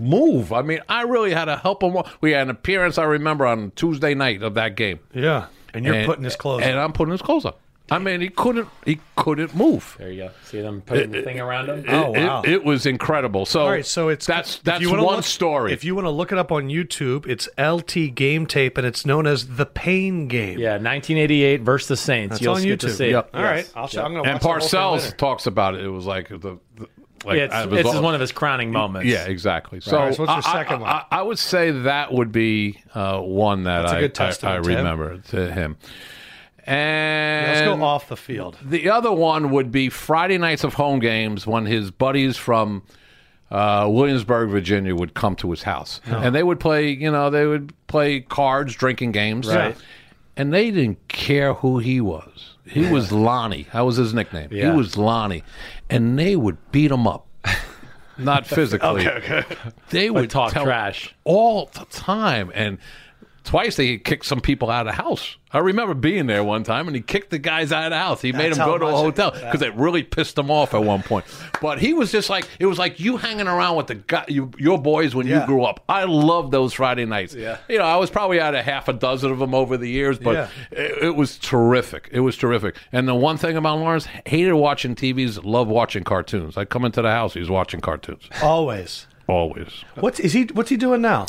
Speaker 3: move. I mean, I really had to help him. wa- We had an appearance I remember on Tuesday night of that game.
Speaker 1: Yeah. And you're
Speaker 3: And-
Speaker 1: putting his clothes.
Speaker 3: and I'm putting his clothes on. I mean, he couldn't. He couldn't move.
Speaker 2: There you go. See them putting the thing around him.
Speaker 1: Oh,
Speaker 3: It-
Speaker 1: wow.
Speaker 3: It, was incredible. So,
Speaker 1: All right, so it's
Speaker 3: that's
Speaker 1: if
Speaker 3: that's
Speaker 1: you
Speaker 3: one
Speaker 1: wanna look-
Speaker 3: story.
Speaker 1: If you want to look it up on YouTube, it's LT game tape, and it's known as the Pain Game.
Speaker 2: Yeah, 1988 versus the Saints.
Speaker 1: It's
Speaker 2: You'll
Speaker 1: on
Speaker 2: get
Speaker 1: YouTube.
Speaker 2: to see. it.
Speaker 3: Yep.
Speaker 1: All
Speaker 2: Yes.
Speaker 1: right, I'll show. I'm gonna
Speaker 3: and
Speaker 1: watch the whole thing
Speaker 3: Parcells
Speaker 1: later.
Speaker 3: talks about it. It was like the, the like
Speaker 2: Yeah,
Speaker 3: I
Speaker 2: it's,
Speaker 3: was
Speaker 2: it's
Speaker 3: all-
Speaker 2: one of his crowning moments.
Speaker 3: Yeah, exactly. So,
Speaker 1: Alright, so what's your
Speaker 3: I- I-
Speaker 1: second one?
Speaker 3: I, I would say that would be uh, one that
Speaker 1: a
Speaker 3: I,
Speaker 1: good
Speaker 3: I- I,
Speaker 1: testament to him.
Speaker 3: remember to him.
Speaker 1: Let's
Speaker 3: And
Speaker 1: go off the field.
Speaker 3: The other one would be Friday nights of home games when his buddies from uh, Williamsburg, Virginia, would come to his house, and they would play. You know, they would play cards, drinking games,
Speaker 1: Right.
Speaker 3: And they didn't care who he was. He was Lonnie. That was his nickname.
Speaker 2: Yeah.
Speaker 3: He was Lonnie, and they would beat him up. not physically.
Speaker 1: okay.
Speaker 3: They would
Speaker 2: talk
Speaker 3: tell
Speaker 2: trash.
Speaker 3: all the time, and twice they kicked some people out of the house. I remember being there one time, and he kicked the guys out of the house. He made
Speaker 1: That's
Speaker 3: them go
Speaker 1: how
Speaker 3: to a
Speaker 1: much it-
Speaker 3: hotel because it really pissed them off at one point. But he was just like it was like you hanging around with the guy, you, your boys when you
Speaker 1: Yeah.
Speaker 3: grew up. I love those Friday nights.
Speaker 1: Yeah.
Speaker 3: you know, I was probably out of half a dozen of them over the years, but
Speaker 1: Yeah.
Speaker 3: it, it was terrific. It was terrific. And the one thing about Lawrence, hated watching TVs, loved watching cartoons. I come into the house, he's watching cartoons
Speaker 1: Always.
Speaker 3: always.
Speaker 1: What's is he? What's he doing now?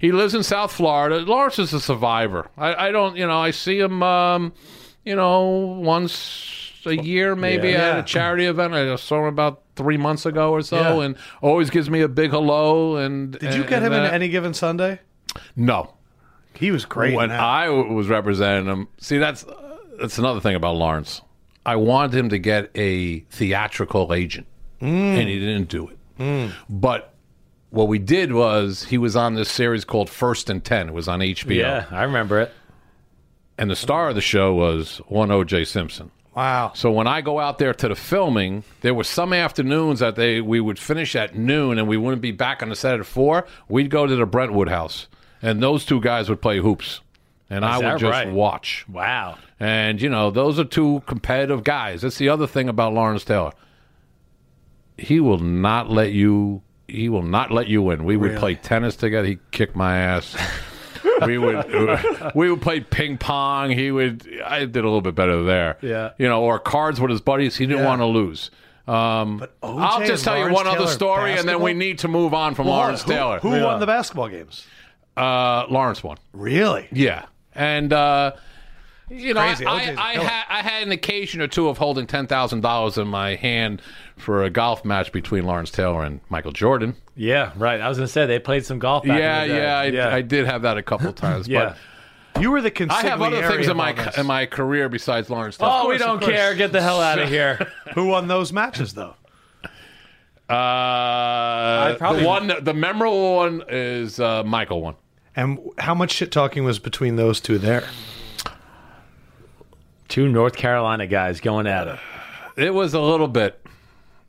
Speaker 3: He lives in South Florida. Lawrence is a survivor. I, I don't, you know, I see him, um, you know, once a year maybe
Speaker 1: Yeah.
Speaker 3: at
Speaker 1: Yeah.
Speaker 3: a charity event. I saw him about three months ago or so,
Speaker 1: Yeah.
Speaker 3: and always gives me a big hello. And uh,
Speaker 1: Did you get him in any given Sunday?
Speaker 3: No,
Speaker 1: He was great.
Speaker 3: when
Speaker 1: in that.
Speaker 3: I w- was representing him. See, that's that's another thing about Lawrence. I wanted him to get a theatrical agent,
Speaker 1: Mm.
Speaker 3: and he didn't do it. But what we did was he was on this series called First and Ten. It was on HBO,
Speaker 2: Yeah, I remember it.
Speaker 3: and the star of the show was one O.J. Simpson.
Speaker 1: wow.
Speaker 3: So when I go out there to the filming, there were some afternoons that they we would finish at noon and we wouldn't be back on the set at four. We'd go to the Brentwood house, and those two guys would play hoops, and I
Speaker 2: that
Speaker 3: would just
Speaker 2: right?
Speaker 3: watch.
Speaker 2: Wow.
Speaker 3: And you know, those are two competitive guys. That's the other thing about Lawrence Taylor. He will not let you. He will not let you win. We would play tennis together. He kicked my
Speaker 1: *laughs*
Speaker 3: ass. we would we would play ping pong. He would. I did a little bit better there.
Speaker 2: Yeah.
Speaker 3: You know, or cards with his buddies. He didn't
Speaker 1: Yeah.
Speaker 3: want to lose. Um, but
Speaker 1: OJ
Speaker 3: I'll
Speaker 1: and
Speaker 3: just tell you
Speaker 1: Lawrence
Speaker 3: one other
Speaker 1: Taylor
Speaker 3: story, and then we
Speaker 1: basketball?
Speaker 3: need to move on from Lawrence
Speaker 1: Who-
Speaker 3: Taylor.
Speaker 1: Who, won the basketball games?
Speaker 3: Uh, Lawrence won.
Speaker 1: Really?
Speaker 3: Yeah, and uh, you know,
Speaker 1: crazy. OJ's
Speaker 3: I,
Speaker 1: a
Speaker 3: I, I,
Speaker 1: killer.
Speaker 3: had, I had an occasion or two of holding ten thousand dollars in my hand for a golf match between Lawrence Taylor and Michael Jordan.
Speaker 2: Yeah, right. I was gonna say they played some golf. Back in
Speaker 3: yeah,
Speaker 2: the day.
Speaker 3: yeah, I,
Speaker 2: yeah.
Speaker 3: I did have that a
Speaker 2: *laughs*
Speaker 3: couple times.
Speaker 2: yeah.
Speaker 3: but
Speaker 1: You were the
Speaker 3: I have other
Speaker 1: consigliere
Speaker 3: things in
Speaker 1: of
Speaker 3: my
Speaker 1: all this.
Speaker 3: in my career besides Lawrence Taylor.
Speaker 2: Oh,
Speaker 1: course,
Speaker 2: we
Speaker 1: of
Speaker 2: don't
Speaker 1: course.
Speaker 2: care. Get the hell
Speaker 3: *laughs*
Speaker 2: out of here.
Speaker 1: Who won those matches though?
Speaker 3: uh,
Speaker 2: probably-
Speaker 3: the one, the memorable one is uh, Michael one.
Speaker 1: And how much shit talking was between those two there?
Speaker 2: Two North Carolina guys going at
Speaker 3: *laughs*
Speaker 2: it.
Speaker 3: It was a little bit.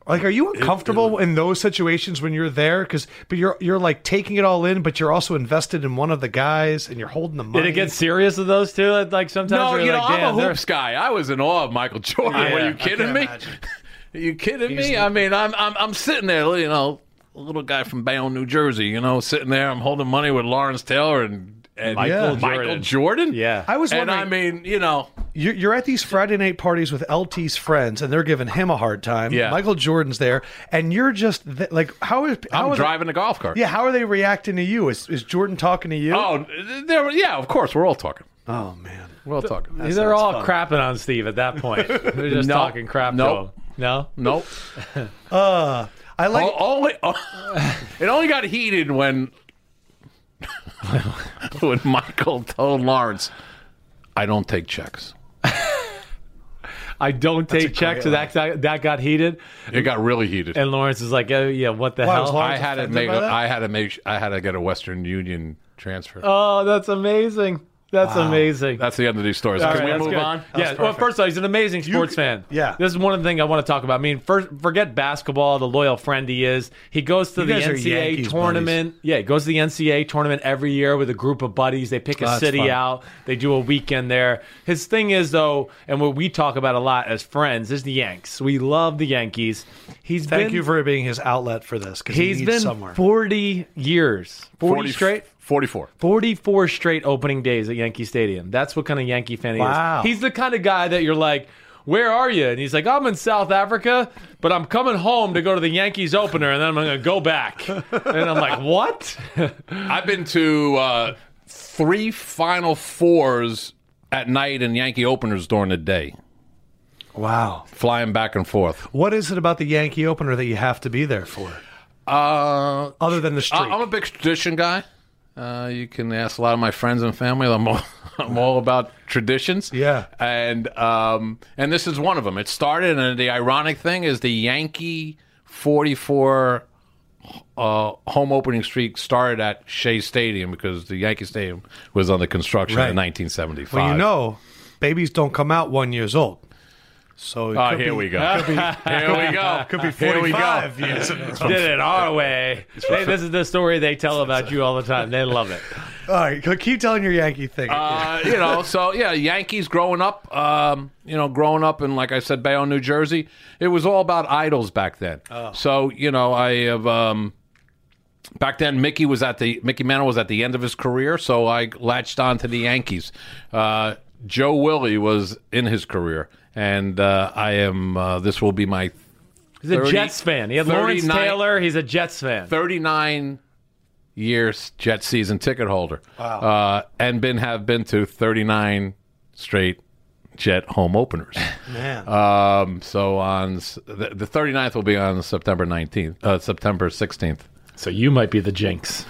Speaker 1: Like, are you uncomfortable in those situations when you're there? Because, but you're you're like taking it all in, but you're also invested in one of the guys, and you're holding the money.
Speaker 2: Did it get serious with those two? Like sometimes
Speaker 3: No,
Speaker 2: you're
Speaker 3: you know,
Speaker 2: like,
Speaker 3: I'm
Speaker 2: damn,
Speaker 3: a *laughs*
Speaker 2: they're-
Speaker 3: hoops guy. I was in awe of Michael Jordan.
Speaker 2: Yeah.
Speaker 3: Were
Speaker 2: I
Speaker 3: you kidding
Speaker 1: can't
Speaker 3: me?
Speaker 1: imagine.
Speaker 3: *laughs* Are you kidding me? I mean, I'm, I'm I'm sitting there, you know, a little guy from Bayonne, New Jersey, you know, sitting there. I'm holding money with Lawrence Taylor and, and
Speaker 1: Michael
Speaker 3: Michael
Speaker 2: Jordan.
Speaker 3: Jordan.
Speaker 2: Yeah.
Speaker 1: I was
Speaker 3: and
Speaker 1: wondering.
Speaker 3: I mean, you know,
Speaker 1: you're, you're at these Friday night parties with LT's friends, and they're giving him a hard time.
Speaker 3: Yeah.
Speaker 1: Michael Jordan's there, and you're just th- like, how is how
Speaker 3: I'm
Speaker 1: are they-
Speaker 3: driving a golf cart.
Speaker 1: yeah, how are they reacting to you? Is is Jordan talking to you?
Speaker 3: Oh, there. were- Yeah, of course, we're all talking.
Speaker 1: Oh, man,
Speaker 3: We're all talking.
Speaker 2: They're all crapping on Steve at that point. They're just
Speaker 3: *laughs* Nope.
Speaker 2: talking crap
Speaker 3: Nope.
Speaker 2: to him. No,
Speaker 3: Nope.
Speaker 1: I like.
Speaker 3: O- only *laughs* it only got heated when *laughs* when Michael told Lawrence, "I don't take checks."
Speaker 2: I don't take checks. So that that got heated,
Speaker 3: It got really heated.
Speaker 2: and Lawrence is like, oh yeah, what the
Speaker 1: Why, was
Speaker 2: hell?
Speaker 1: Lawrence
Speaker 3: I had to
Speaker 1: offended
Speaker 3: make.
Speaker 1: by that?
Speaker 3: I had to make. I had to get a Western Union transfer.
Speaker 2: oh, that's amazing. That's amazing.
Speaker 3: That's the end of these stories.
Speaker 2: All
Speaker 3: Can
Speaker 2: right,
Speaker 3: we
Speaker 2: that's
Speaker 3: move
Speaker 2: good.
Speaker 3: on? Uh,
Speaker 2: Yeah. Well, first of all, he's an amazing sports fan.
Speaker 1: yeah.
Speaker 2: This is one thing I want to talk about. I mean, first, forget basketball. The loyal friend he is. He goes to the
Speaker 1: guys are
Speaker 2: NCAA
Speaker 1: Yankees
Speaker 2: tournament. Yeah, he goes to the NCAA tournament every year with a group of buddies. They pick a
Speaker 1: that's
Speaker 2: city
Speaker 1: fun.
Speaker 2: out. They do a weekend there. His thing is though, and what we talk about a lot as friends is the Yanks. We love the Yankees. He's
Speaker 1: Thank
Speaker 2: been,
Speaker 1: you for being his outlet for this. Because
Speaker 2: He's
Speaker 1: he needs
Speaker 2: been
Speaker 1: somewhere.
Speaker 2: forty years. forty straight.
Speaker 3: Forty-four.
Speaker 2: 44 straight opening days at Yankee Stadium. That's what kind of Yankee fan he
Speaker 1: Wow.
Speaker 2: is. He's the kind of guy that you're like, where are you? And he's like, I'm in South Africa, but I'm coming home to go to the Yankees opener, and then I'm going to go *laughs* back. and I'm like, what?
Speaker 3: I've been to uh, three Final Fours at night and Yankee openers during the day,
Speaker 1: wow.
Speaker 3: flying back and forth.
Speaker 1: What is it about the Yankee opener that you have to be there for,
Speaker 3: Uh,
Speaker 1: other than the
Speaker 3: I-
Speaker 1: street?
Speaker 3: I'm a big tradition guy. Uh, you can ask a lot of my friends and family. I'm all, *laughs* I'm all about traditions.
Speaker 1: Yeah.
Speaker 3: and um, and this is one of them. It started, and the ironic thing is the Yankee 44 uh, home opening streak started at Shea Stadium because the Yankee Stadium was under construction
Speaker 1: Right.
Speaker 3: in 1975.
Speaker 1: well, you know, babies don't come out one years old. So it
Speaker 2: Ah,
Speaker 3: Oh,
Speaker 1: could
Speaker 3: here
Speaker 1: be- *laughs*
Speaker 3: we go. *laughs* here we go.
Speaker 1: Could
Speaker 2: *laughs*
Speaker 1: be
Speaker 3: Here we go.
Speaker 1: 45 years in a row.
Speaker 2: Did it our way. They- this is the story they tell about you all the time. They love it.
Speaker 1: All right, go- keep telling your Yankee thing.
Speaker 3: Uh, you know, so yeah, Yankees growing up, um, you know, growing up in, like I said, Bayonne, New Jersey, it was all about idols back then. So, you know, I have, um, back then Mickey was at the, Mickey Mantle was at the end of his career, so I latched on to the Yankees. Uh, Joe Willie was in his career, and uh, I am, uh, this will be my
Speaker 2: He's a
Speaker 3: 30
Speaker 2: Jets fan. He had Lawrence
Speaker 3: 39
Speaker 2: Taylor. He's a Jets fan.
Speaker 3: 39 years jet season ticket holder. Uh, and been have been to 39 straight jet home openers.
Speaker 1: *laughs* Man.
Speaker 2: uh,
Speaker 3: um, so on s- the, the 39th will be on September 19th, uh, September 16th.
Speaker 2: So you might be the jinx.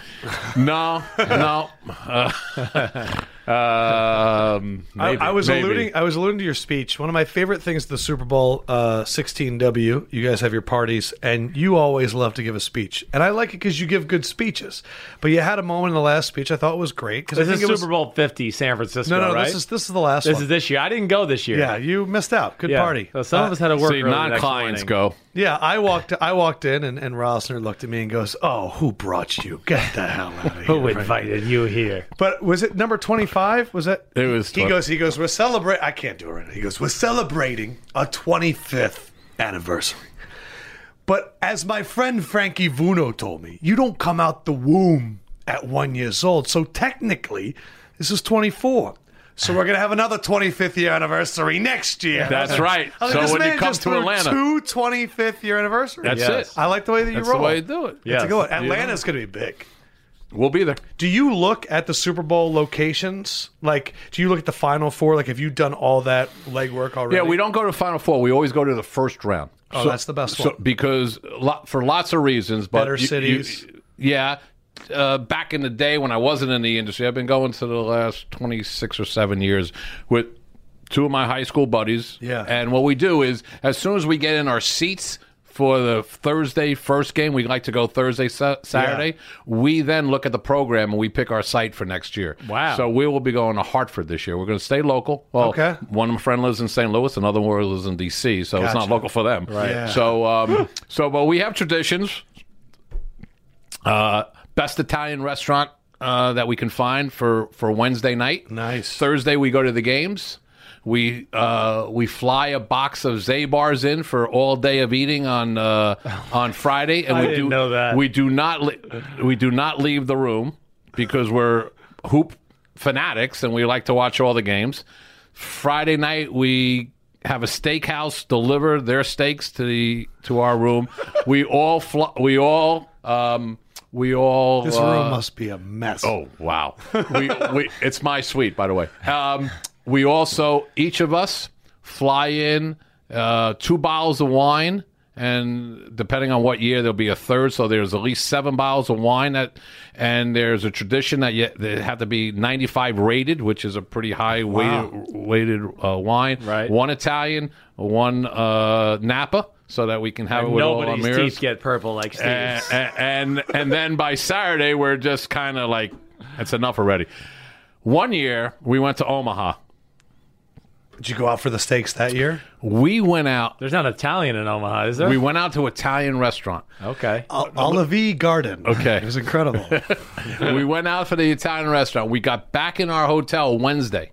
Speaker 3: No,
Speaker 1: *laughs*
Speaker 3: no. *laughs* Uh, um,
Speaker 1: I-
Speaker 3: maybe,
Speaker 1: I was
Speaker 3: maybe.
Speaker 1: alluding. I was alluding to your speech. One of my favorite things, the Super Bowl uh, 16W. You guys have your parties, and you always love to give a speech, and I like it because you give good speeches. But you had a moment in the last speech I thought was great because I
Speaker 2: This
Speaker 1: think
Speaker 2: is
Speaker 1: it
Speaker 2: Super
Speaker 1: was
Speaker 2: Bowl 50, San Francisco,
Speaker 1: no, no.
Speaker 2: right?
Speaker 1: This is this is the last
Speaker 2: this
Speaker 1: one.
Speaker 2: is this year. I didn't go this year.
Speaker 1: yeah, you missed out. Good
Speaker 2: Yeah.
Speaker 1: party.
Speaker 2: So some
Speaker 1: Uh,
Speaker 2: of us had to work.
Speaker 3: See,
Speaker 2: early the next
Speaker 3: non-clients
Speaker 2: morning.
Speaker 3: go.
Speaker 1: Yeah, I walked. I walked in, and, and Rosner looked at me and goes, "Oh, who brought you? Get the hell
Speaker 3: *laughs*
Speaker 1: out of here!"
Speaker 2: Who invited you here?
Speaker 1: But was it number twenty five? Was that?
Speaker 3: It was
Speaker 1: He
Speaker 3: twen-
Speaker 1: goes. He goes. We're celebrating. I can't do it right now. He goes. We're celebrating a twenty fifth anniversary. But as my friend Frankie Vuno told me, you don't come out the womb at one years old. So technically, this is twenty four. So we're gonna have another 25th year anniversary next year.
Speaker 3: That's right.
Speaker 1: I was
Speaker 3: So
Speaker 1: like, this
Speaker 3: when you
Speaker 1: man
Speaker 3: come
Speaker 1: just
Speaker 3: to
Speaker 1: threw
Speaker 3: Atlanta-
Speaker 1: two 25th year anniversaries.
Speaker 3: That's
Speaker 2: Yes.
Speaker 3: it.
Speaker 1: I like the way that you
Speaker 3: That's
Speaker 1: roll.
Speaker 3: the way to do it.
Speaker 1: That's a good one.
Speaker 2: Yes.
Speaker 1: Atlanta's going to be big.
Speaker 3: We'll be there.
Speaker 1: Do you look at the Super Bowl locations? Like, do you look at the Final Four? Like, have you done all that legwork already?
Speaker 3: Yeah, we don't go to the Final Four. We always go to the first round.
Speaker 1: Oh, that's the best one.
Speaker 3: because lo- for lots of reasons, but
Speaker 1: Better cities.
Speaker 3: yeah, uh, back in the day when I wasn't in the industry, I've been going to the last twenty six or seven years with two of my high school buddies.
Speaker 1: Yeah.
Speaker 3: and what we do is as soon as we get in our seats. For the Thursday first game, we like to go Thursday, Sa- Saturday. We then look at the program and we pick our site for next year.
Speaker 2: Wow.
Speaker 3: So we will be going to Hartford this year. We're going to stay local. Well,
Speaker 1: Okay.
Speaker 3: one of my friend lives in St. Louis, another one lives in D.C., so it's not
Speaker 1: Gotcha.
Speaker 3: local for them. Right.
Speaker 1: Yeah.
Speaker 3: So, um, so, but we have traditions. Uh, best Italian restaurant uh, that we can find for for Wednesday night.
Speaker 1: Nice.
Speaker 3: Thursday we go to the games. We uh, we fly a box of Zabars in for all day of eating on uh, on Friday, and we
Speaker 2: didn't
Speaker 3: do
Speaker 2: know that.
Speaker 3: we do not li- we do not leave the room because we're hoop fanatics and we like to watch all the games. Friday night we have a steakhouse deliver their steaks to the to our room. we all fl- we all um, we all
Speaker 1: This
Speaker 3: uh,
Speaker 1: room must be a mess.
Speaker 3: Oh wow! we, we, it's my suite, by the way. Um, we also each of us fly in uh, two bottles of wine, and depending on what year, there'll be a third. So there's at least seven bottles of wine that, and there's a tradition that you they have to be 95 rated, which is a pretty high weighted, weighted uh, wine.
Speaker 2: Right.
Speaker 3: One Italian, one uh, Napa, so that we can have it with all Eh. our
Speaker 2: Nobody's
Speaker 3: mirrors
Speaker 2: teeth get purple like Steve's.
Speaker 3: and, and and then by Saturday we're just kind of like it's enough already. One year we went to Omaha.
Speaker 1: Did you go out for the steaks that year?
Speaker 3: We went out.
Speaker 2: There's not Italian in Omaha, is there?
Speaker 3: We went out to
Speaker 1: *laughs*
Speaker 3: Italian restaurant.
Speaker 2: okay.
Speaker 1: Ol- Olivier Garden.
Speaker 3: Uh, Okay.
Speaker 1: It was
Speaker 3: *laughs*
Speaker 1: incredible.
Speaker 3: we went out for the Italian restaurant. We got back in our hotel Wednesday.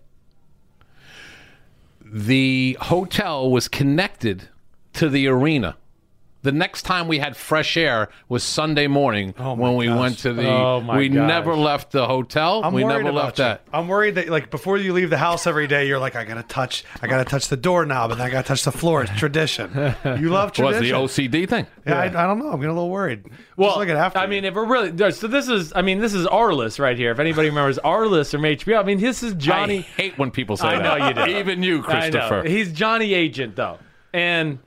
Speaker 3: The hotel was connected to the arena. The next time we had fresh air was Sunday morning
Speaker 1: Oh
Speaker 3: when we went to the.
Speaker 2: Oh, my
Speaker 3: we
Speaker 2: gosh.
Speaker 3: never left the hotel.
Speaker 1: I'm
Speaker 3: we
Speaker 1: worried
Speaker 3: never
Speaker 1: about
Speaker 3: left
Speaker 1: you.
Speaker 3: that.
Speaker 1: I'm worried that like before you leave the house every day, you're like, I gotta touch, I gotta touch the doorknob, and I gotta touch the floor. It's tradition.
Speaker 3: *laughs*
Speaker 1: You love
Speaker 3: Was
Speaker 1: tradition.
Speaker 3: the OCD thing?
Speaker 1: yeah, I, I don't know. I'm getting a little worried.
Speaker 2: Well,
Speaker 1: Just look at after.
Speaker 2: I
Speaker 1: you.
Speaker 2: mean, if we're really so, this is I mean, this is Arliss right here. If anybody remembers Arliss from HBO, I mean, this is
Speaker 3: I
Speaker 2: Johnny.
Speaker 3: hate when people say
Speaker 2: I
Speaker 3: that.
Speaker 2: know you do.
Speaker 3: Even you,
Speaker 2: I know.
Speaker 3: Christopher.
Speaker 2: he's Johnny Agent though. And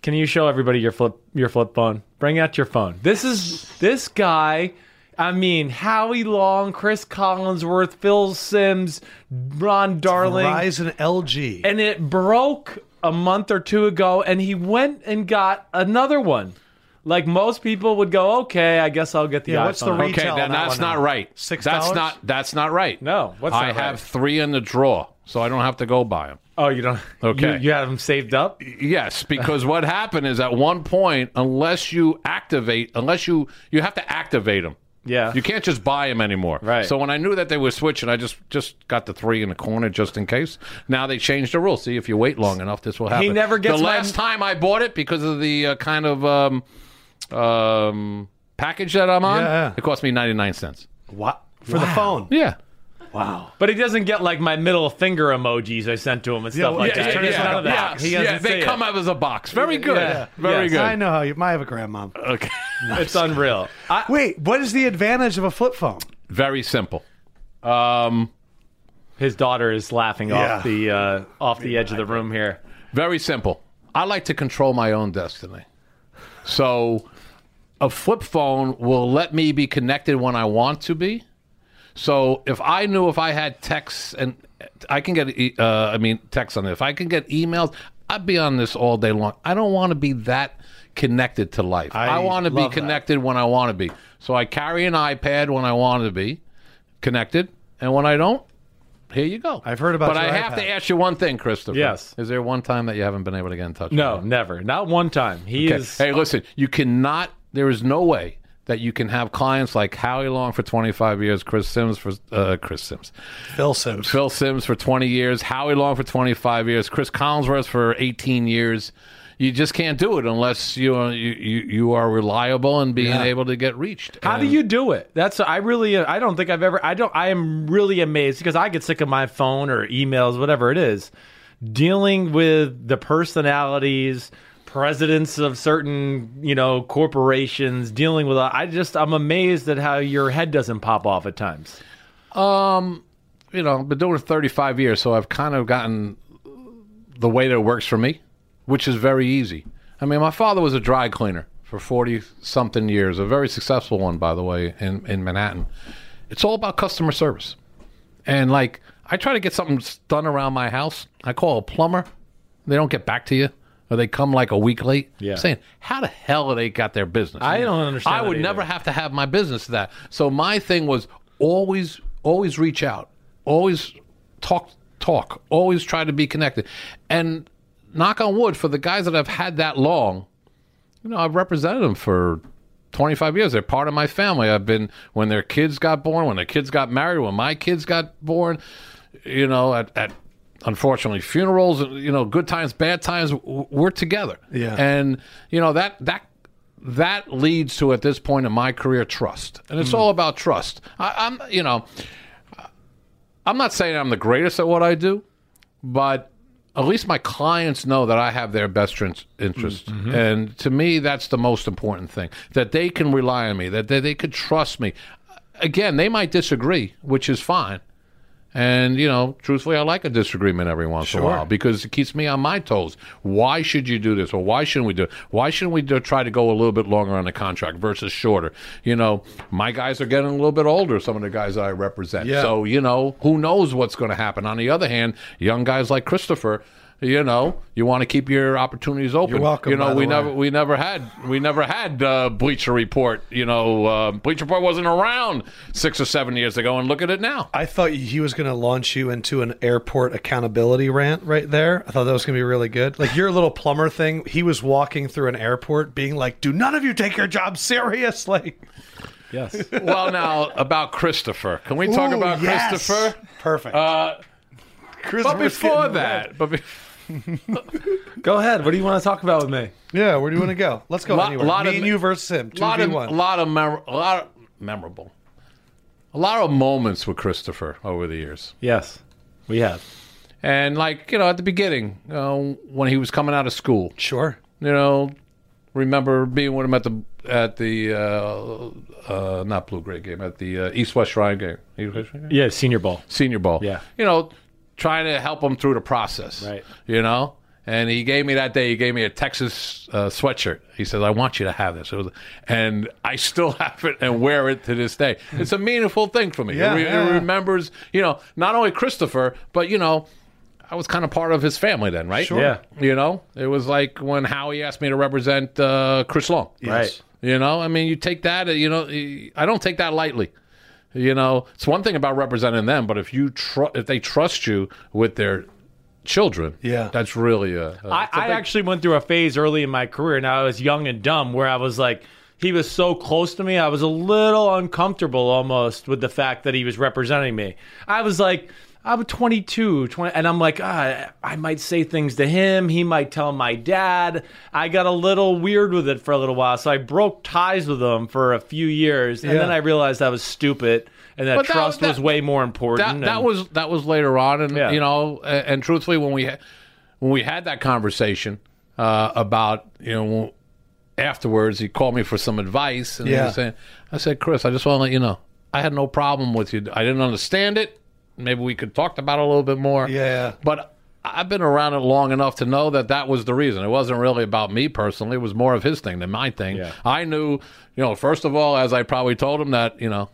Speaker 2: can you show everybody your flip your flip phone? Bring out your phone. This is this guy. I mean, Howie Long, Chris Collinsworth, Phil Sims, Ron Darling,
Speaker 1: Verizon LG.
Speaker 2: and it broke a month or two ago and he went and got another one like most people would go okay i guess i'll get the
Speaker 1: Yeah,
Speaker 2: iphone
Speaker 1: what's the rate?
Speaker 3: Okay,
Speaker 1: Tell
Speaker 3: then
Speaker 1: that
Speaker 3: that's
Speaker 1: one
Speaker 3: not
Speaker 1: out.
Speaker 3: right.
Speaker 1: Six
Speaker 3: That's
Speaker 1: dollars?
Speaker 3: not. That's not right.
Speaker 2: No, what's
Speaker 3: I
Speaker 2: not
Speaker 3: have
Speaker 2: right?
Speaker 3: three in the drawer, so I don't have to go buy them.
Speaker 2: Oh, you don't.
Speaker 3: Okay.
Speaker 2: You, you have them saved up. *laughs*
Speaker 3: Yes, because what happened is at one point, unless you activate, unless you you have to activate them.
Speaker 2: Yeah.
Speaker 3: you can't just buy them anymore.
Speaker 2: Right.
Speaker 3: So when I knew that they were switching, I just just got the three in the corner just in case. Now they changed the rule. See, if you wait long enough, this will happen.
Speaker 2: never gets
Speaker 3: the
Speaker 2: my-
Speaker 3: last time I bought it because of the uh, kind of um, um, package that I'm on.
Speaker 1: Yeah.
Speaker 3: It cost me ninety nine cents.
Speaker 1: What for the phone?
Speaker 3: Yeah.
Speaker 1: Wow.
Speaker 2: But he doesn't get like my middle finger emojis I sent to him and stuff
Speaker 1: well,
Speaker 2: like
Speaker 1: yeah,
Speaker 2: that.
Speaker 1: yeah,
Speaker 2: He gets
Speaker 1: yeah.
Speaker 2: none of that. He doesn't
Speaker 3: Yeah, they
Speaker 2: see
Speaker 3: come
Speaker 2: it.
Speaker 3: out as a box. Very good.
Speaker 2: Yeah.
Speaker 3: Very
Speaker 2: Yes.
Speaker 3: good.
Speaker 1: I know how you. I have a grandmom.
Speaker 3: Okay.
Speaker 2: It's unreal. I,
Speaker 1: Wait, what is the advantage of a flip phone?
Speaker 3: Very simple. Um,
Speaker 2: his daughter is laughing
Speaker 1: Yeah.
Speaker 2: off the uh, off the edge of the room here.
Speaker 3: Very simple. I like to control my own destiny. So a flip phone will let me be connected when I want to be. So if I knew if I had texts and I can get, e- uh, I mean, texts on it. If I can get emails, I'd be on this all day long. I don't want to be that connected to life. I, want to be
Speaker 1: love that.
Speaker 3: connected when I want to be. So I carry an iPad when I want to be connected, and when I don't, here you go.
Speaker 1: I've heard about
Speaker 3: But
Speaker 1: your
Speaker 3: I have
Speaker 1: iPad.
Speaker 3: to ask you one thing, Christopher.
Speaker 2: Yes.
Speaker 3: Is there one time that you haven't been able to get in touch?
Speaker 2: No,
Speaker 3: With me?
Speaker 2: never. Not one time. He
Speaker 3: Okay.
Speaker 2: is.
Speaker 3: Hey, listen. You cannot. There is no way that you can have clients like Howie Long for 25 years, Chris Sims for uh, Chris Sims,
Speaker 1: Phil Sims.
Speaker 3: Phil Sims for 20 years, Howie Long for 25 years, Chris Collinsworth for 18 years. You just can't do it unless you are, you, you you are reliable and being able to get reached.
Speaker 2: How do
Speaker 3: And-
Speaker 2: you do it? That's I really I don't think I've ever I don't I am really amazed because I get sick of my phone or emails whatever it is dealing with the personalities presidents of certain you know corporations dealing with I just I'm amazed at how your head doesn't pop off at times.
Speaker 3: you know, I've been doing it 35 years, so I've kind of gotten the way that it works for me, which is very easy. I mean, my father was a dry cleaner for 40 something years, a very successful one, by the way, in, in Manhattan. It's all about customer service. And like, I try to get something s- done around my house. I call a plumber, they don't get back to you. Or they come like a week late.
Speaker 2: Yeah.
Speaker 3: Saying, how the hell they got their business?
Speaker 2: I don't understand
Speaker 3: I
Speaker 2: that
Speaker 3: would
Speaker 2: either.
Speaker 3: never have to have my business that. So my thing was always, always reach out, always talk, talk, always try to be connected, and knock on wood for the guys that I've had that long. You know, I've represented them for. 25 years they're part of my family i've been when their kids got born when their kids got married when my kids got born you know at, at unfortunately funerals you know good times bad times w- we're together
Speaker 1: Yeah.
Speaker 3: and you know that that that leads to at this point in my career trust and it's all about trust I, i'm you know i'm not saying i'm the greatest at what i do but at least my clients know that i have their best trin- interest and to me that's the most important thing that they can rely on me that they, they could trust me again they might disagree which is fine and you know, truthfully, I like a disagreement every once in a
Speaker 1: Sure.
Speaker 3: while because it keeps me on my toes. Why should you do this, or why shouldn't we do? It? Why shouldn't we do, try to go a little bit longer on the contract versus shorter? You know, my guys are getting a little bit older. Some of the guys that I represent,
Speaker 1: Yeah.
Speaker 3: so you know, who knows what's going to happen. On the other hand, young guys like Christopher. You know, you want to keep your opportunities open.
Speaker 1: You're welcome,
Speaker 3: You know,
Speaker 1: by the
Speaker 3: we
Speaker 1: way.
Speaker 3: never we never had we never had uh, Bleacher Report. You know, uh, Bleacher Report wasn't around six or seven years ago, and look at it now.
Speaker 1: I thought he was going to launch you into an airport accountability rant right there. I thought that was going to be really good. Like your little plumber thing, he was walking through an airport being like, "Do none of you take your job *laughs* seriously?"
Speaker 2: Yes.
Speaker 3: well, now about Christopher. Can we talk
Speaker 1: Ooh,
Speaker 3: about
Speaker 1: yes.
Speaker 3: Christopher?
Speaker 1: Perfect.
Speaker 3: Uh, but
Speaker 1: Christopher's
Speaker 3: before
Speaker 1: getting
Speaker 3: that, but be-
Speaker 2: *laughs* Go ahead. What do you want to talk about with me?
Speaker 1: Yeah, where do you want to go? Let's go
Speaker 3: Lot-
Speaker 1: anywhere.
Speaker 3: lot
Speaker 1: Me
Speaker 3: of-
Speaker 1: and you versus him.
Speaker 3: a
Speaker 1: Two
Speaker 3: lot
Speaker 1: v
Speaker 3: of
Speaker 1: one.
Speaker 3: lot of mem- a lot of memorable, a lot of moments with Christopher over the years.
Speaker 2: Yes. We have.
Speaker 3: And like you know, at the beginning, uh, when he was coming out of school,
Speaker 1: Sure.
Speaker 3: you know, remember being with him at the at the uh, uh, not Blue Gray game at the uh, East West Shrine game, East West Shrine game?
Speaker 2: Yeah, senior ball.
Speaker 3: Senior Bowl.
Speaker 2: Yeah.
Speaker 3: you know, trying to help him through the process.
Speaker 2: Right.
Speaker 3: you know and he gave me that day he gave me a texas uh, sweatshirt he says i want you to have this It was- and i still *laughs* have it and wear it to this day it's a meaningful thing for me
Speaker 1: Yeah,
Speaker 3: it, re-
Speaker 1: yeah,
Speaker 3: it
Speaker 1: yeah.
Speaker 3: remembers you know not only christopher but you know i was kind of part of his family then right
Speaker 1: Sure.
Speaker 2: Yeah.
Speaker 3: you know it was like when howie asked me to represent uh, chris long
Speaker 2: Right.
Speaker 3: you know, I mean, you take that, you know, I don't take that lightly. You know, it's one thing about representing them, but if you tr- if they trust you with their children.
Speaker 1: Yeah.
Speaker 3: that's really a. a-
Speaker 2: I,
Speaker 3: it's a
Speaker 2: I
Speaker 3: big-
Speaker 2: actually went through a phase early in my career, and I was young and dumb, where I was like, he was so close to me, I was a little uncomfortable almost with the fact that he was representing me. I was like, I'm 22, 20, and I'm like, ah, I might say things to him. He might tell my dad. I got a little weird with it for a little while, so I broke ties with him for a few years, and
Speaker 1: Yeah.
Speaker 2: then I realized I was stupid, and that
Speaker 3: But that-
Speaker 2: trust
Speaker 3: that-
Speaker 2: was way more important.
Speaker 3: that, that
Speaker 2: and-
Speaker 3: was that was later on, and
Speaker 2: um, Yeah.
Speaker 3: you know, and, and truthfully, when we ha- when we had that conversation uh, about you know afterwards, he called me for some advice, and he
Speaker 1: Yeah.
Speaker 3: was saying, I said, Chris, I just want to let you know, I had no problem with you. I didn't understand it. Maybe we could talk about it a little bit more.
Speaker 1: Yeah.
Speaker 3: but. I've been around it long enough to know that that was the reason. It wasn't really about me personally. It was more of his thing than my thing.
Speaker 2: Yeah.
Speaker 3: I knew, you know, first of all, as I probably told him that, you know,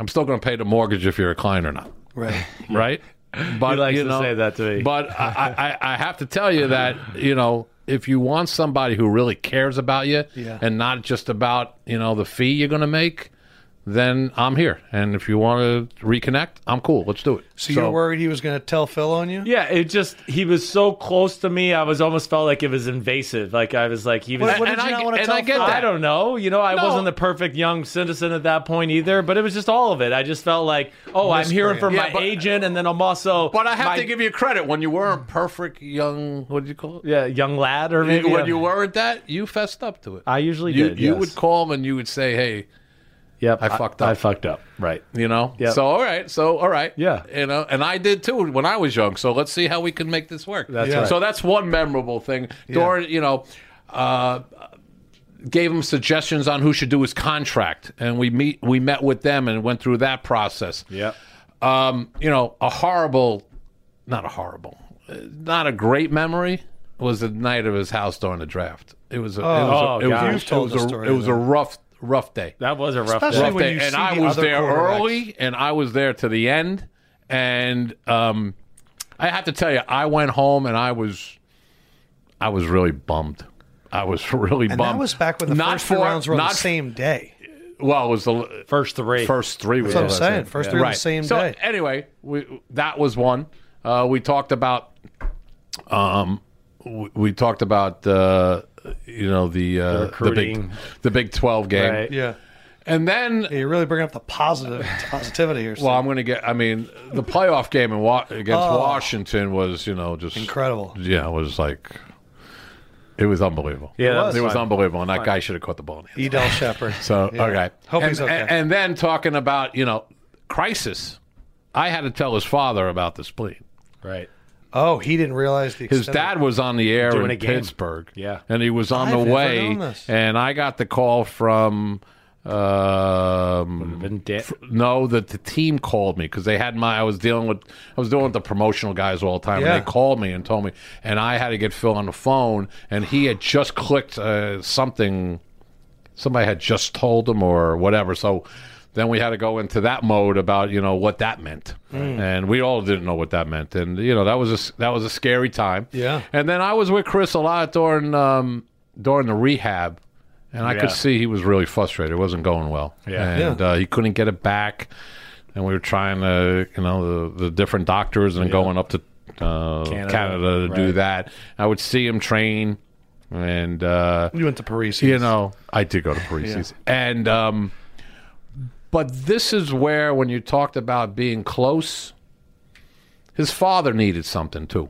Speaker 3: I'm still going to pay the mortgage if you're a client or not
Speaker 1: Right.
Speaker 3: right?
Speaker 2: *laughs*
Speaker 3: But
Speaker 2: He likes
Speaker 3: you
Speaker 2: to
Speaker 3: know,
Speaker 2: say that to me.
Speaker 3: But I, I, I have to tell you that you know if you want somebody who really cares about you
Speaker 1: Yeah.
Speaker 3: and not just about you know the fee you're going to make, then I'm here. And if you want to reconnect, I'm cool. Let's do it.
Speaker 1: So, you're worried he was going to tell Phil on you?
Speaker 2: Yeah, it just he was so close to me. I was almost felt like it was invasive. Like I was like he was.
Speaker 1: What, what
Speaker 3: And
Speaker 1: did you
Speaker 3: I-
Speaker 1: not want to
Speaker 3: and
Speaker 1: tell
Speaker 3: I get
Speaker 1: Phil?
Speaker 2: I don't know. You know, I
Speaker 3: No.
Speaker 2: wasn't the perfect young citizen at that point either. But it was just all of it. I just felt like, oh, I'm hearing from
Speaker 3: Yeah,
Speaker 2: my
Speaker 3: but-
Speaker 2: agent, and then I'm also.
Speaker 3: But I have
Speaker 2: my-
Speaker 3: to give you credit when you were a perfect young. What do you call it?
Speaker 2: Yeah, young lad or maybe
Speaker 3: When
Speaker 2: uh,
Speaker 3: you were at that, you fessed up to it.
Speaker 2: I usually
Speaker 3: you,
Speaker 2: did.
Speaker 3: You
Speaker 2: yes.
Speaker 3: would call and you would say, "Hey,
Speaker 2: Yep,
Speaker 3: I fucked up.
Speaker 2: I fucked up. Right.
Speaker 3: You know?
Speaker 2: Yeah.
Speaker 3: So, all right. So, all right.
Speaker 2: Yeah.
Speaker 3: You know, and I did too when I was young. So, let's see how we can make this work.
Speaker 2: That's
Speaker 1: Yeah. right.
Speaker 3: So, that's one memorable thing. Dora, you know, uh, gave him suggestions on who should do his contract. And we meet, we met with them and went through that process.
Speaker 2: Yep.
Speaker 3: Um, you know, a horrible, not a horrible, uh, not a great memory was the night of his house during the draft. It was a,
Speaker 2: Oh,
Speaker 3: it was a,
Speaker 2: gosh.
Speaker 3: it
Speaker 1: You've
Speaker 3: was a,
Speaker 1: told
Speaker 3: it was
Speaker 1: the
Speaker 3: a-
Speaker 1: story
Speaker 3: it was a
Speaker 1: then.
Speaker 3: rough, rough day
Speaker 2: That was a rough
Speaker 1: Especially
Speaker 2: day.
Speaker 1: when
Speaker 3: day,
Speaker 1: you
Speaker 3: and
Speaker 1: see
Speaker 3: I
Speaker 1: the
Speaker 3: was
Speaker 1: other
Speaker 3: there
Speaker 1: quarterbacks.
Speaker 3: early, and I was there to the end. And um, I have to tell you, I went home and I was, I was really bummed. I was *laughs* really
Speaker 1: And
Speaker 3: bummed.
Speaker 1: that was back when the
Speaker 3: Not
Speaker 1: first four,
Speaker 3: for-
Speaker 1: rounds were on
Speaker 3: not
Speaker 1: the same day.
Speaker 3: Well, it was the
Speaker 2: First three.
Speaker 3: first three. That's
Speaker 1: what I'm saying. First three on the same
Speaker 3: so, eh,
Speaker 1: day.
Speaker 3: anyway, we, that was one. Uh, we talked about, um, we, we talked about uh, you know the uh, the
Speaker 2: recruiting.
Speaker 3: big the Big Twelve game,
Speaker 2: Right.
Speaker 1: Yeah.
Speaker 3: and then
Speaker 1: Yeah, You're really bringing up the
Speaker 3: *laughs*
Speaker 1: positive positivity here.
Speaker 3: Well,
Speaker 1: Steve.
Speaker 3: I'm going to get. I mean, the playoff game in Wa- against
Speaker 1: Oh.
Speaker 3: Washington was, you know, just
Speaker 1: incredible.
Speaker 3: Yeah, it was like it was unbelievable.
Speaker 2: Yeah, that
Speaker 3: it
Speaker 2: was
Speaker 3: was,
Speaker 2: fine.
Speaker 3: unbelievable, and that guy should have caught the ball. In the end. *laughs*
Speaker 1: Edel E. Shepard.
Speaker 3: So
Speaker 1: Yeah.
Speaker 3: okay,
Speaker 1: Hope
Speaker 3: and,
Speaker 1: he's okay.
Speaker 3: And, and then talking about you know crisis, I had to tell his father about the spleen.
Speaker 2: Right.
Speaker 1: oh, he didn't realize the
Speaker 3: His
Speaker 1: extent of
Speaker 3: dad was on the air
Speaker 2: Doing
Speaker 3: in
Speaker 2: a game.
Speaker 3: Pittsburgh.
Speaker 2: Yeah.
Speaker 3: And he was on
Speaker 1: I've
Speaker 3: the
Speaker 1: never
Speaker 3: way.
Speaker 1: known this.
Speaker 3: And I got the call from. Um,
Speaker 2: Been da-
Speaker 3: no, that the team called me because they had my. I was dealing with. I was dealing with the promotional guys all the time,
Speaker 1: Yeah.
Speaker 3: and they called me and told me, and I had to get Phil on the phone, and he had just clicked uh, something. Somebody had just told him or whatever. So then we had to go into that mode about you know what that meant,
Speaker 1: Mm.
Speaker 3: and we all didn't know what that meant, and you know that was a s- that was a scary time.
Speaker 1: Yeah.
Speaker 3: And then I was with Chris a lot during um, during the rehab, and I
Speaker 2: Yeah.
Speaker 3: could see he was really frustrated. It wasn't going well.
Speaker 2: Yeah.
Speaker 3: And and
Speaker 1: Yeah.
Speaker 3: uh, he couldn't get it back. And we were trying to, you know, the, the different doctors and going up to uh,
Speaker 2: Canada,
Speaker 3: Canada, to do
Speaker 2: right.
Speaker 3: that. I would see him train, and uh,
Speaker 1: You went to Paris.
Speaker 3: you know, I did go to Parisi's, and um, but this is where when you talked about being close, his father needed something too.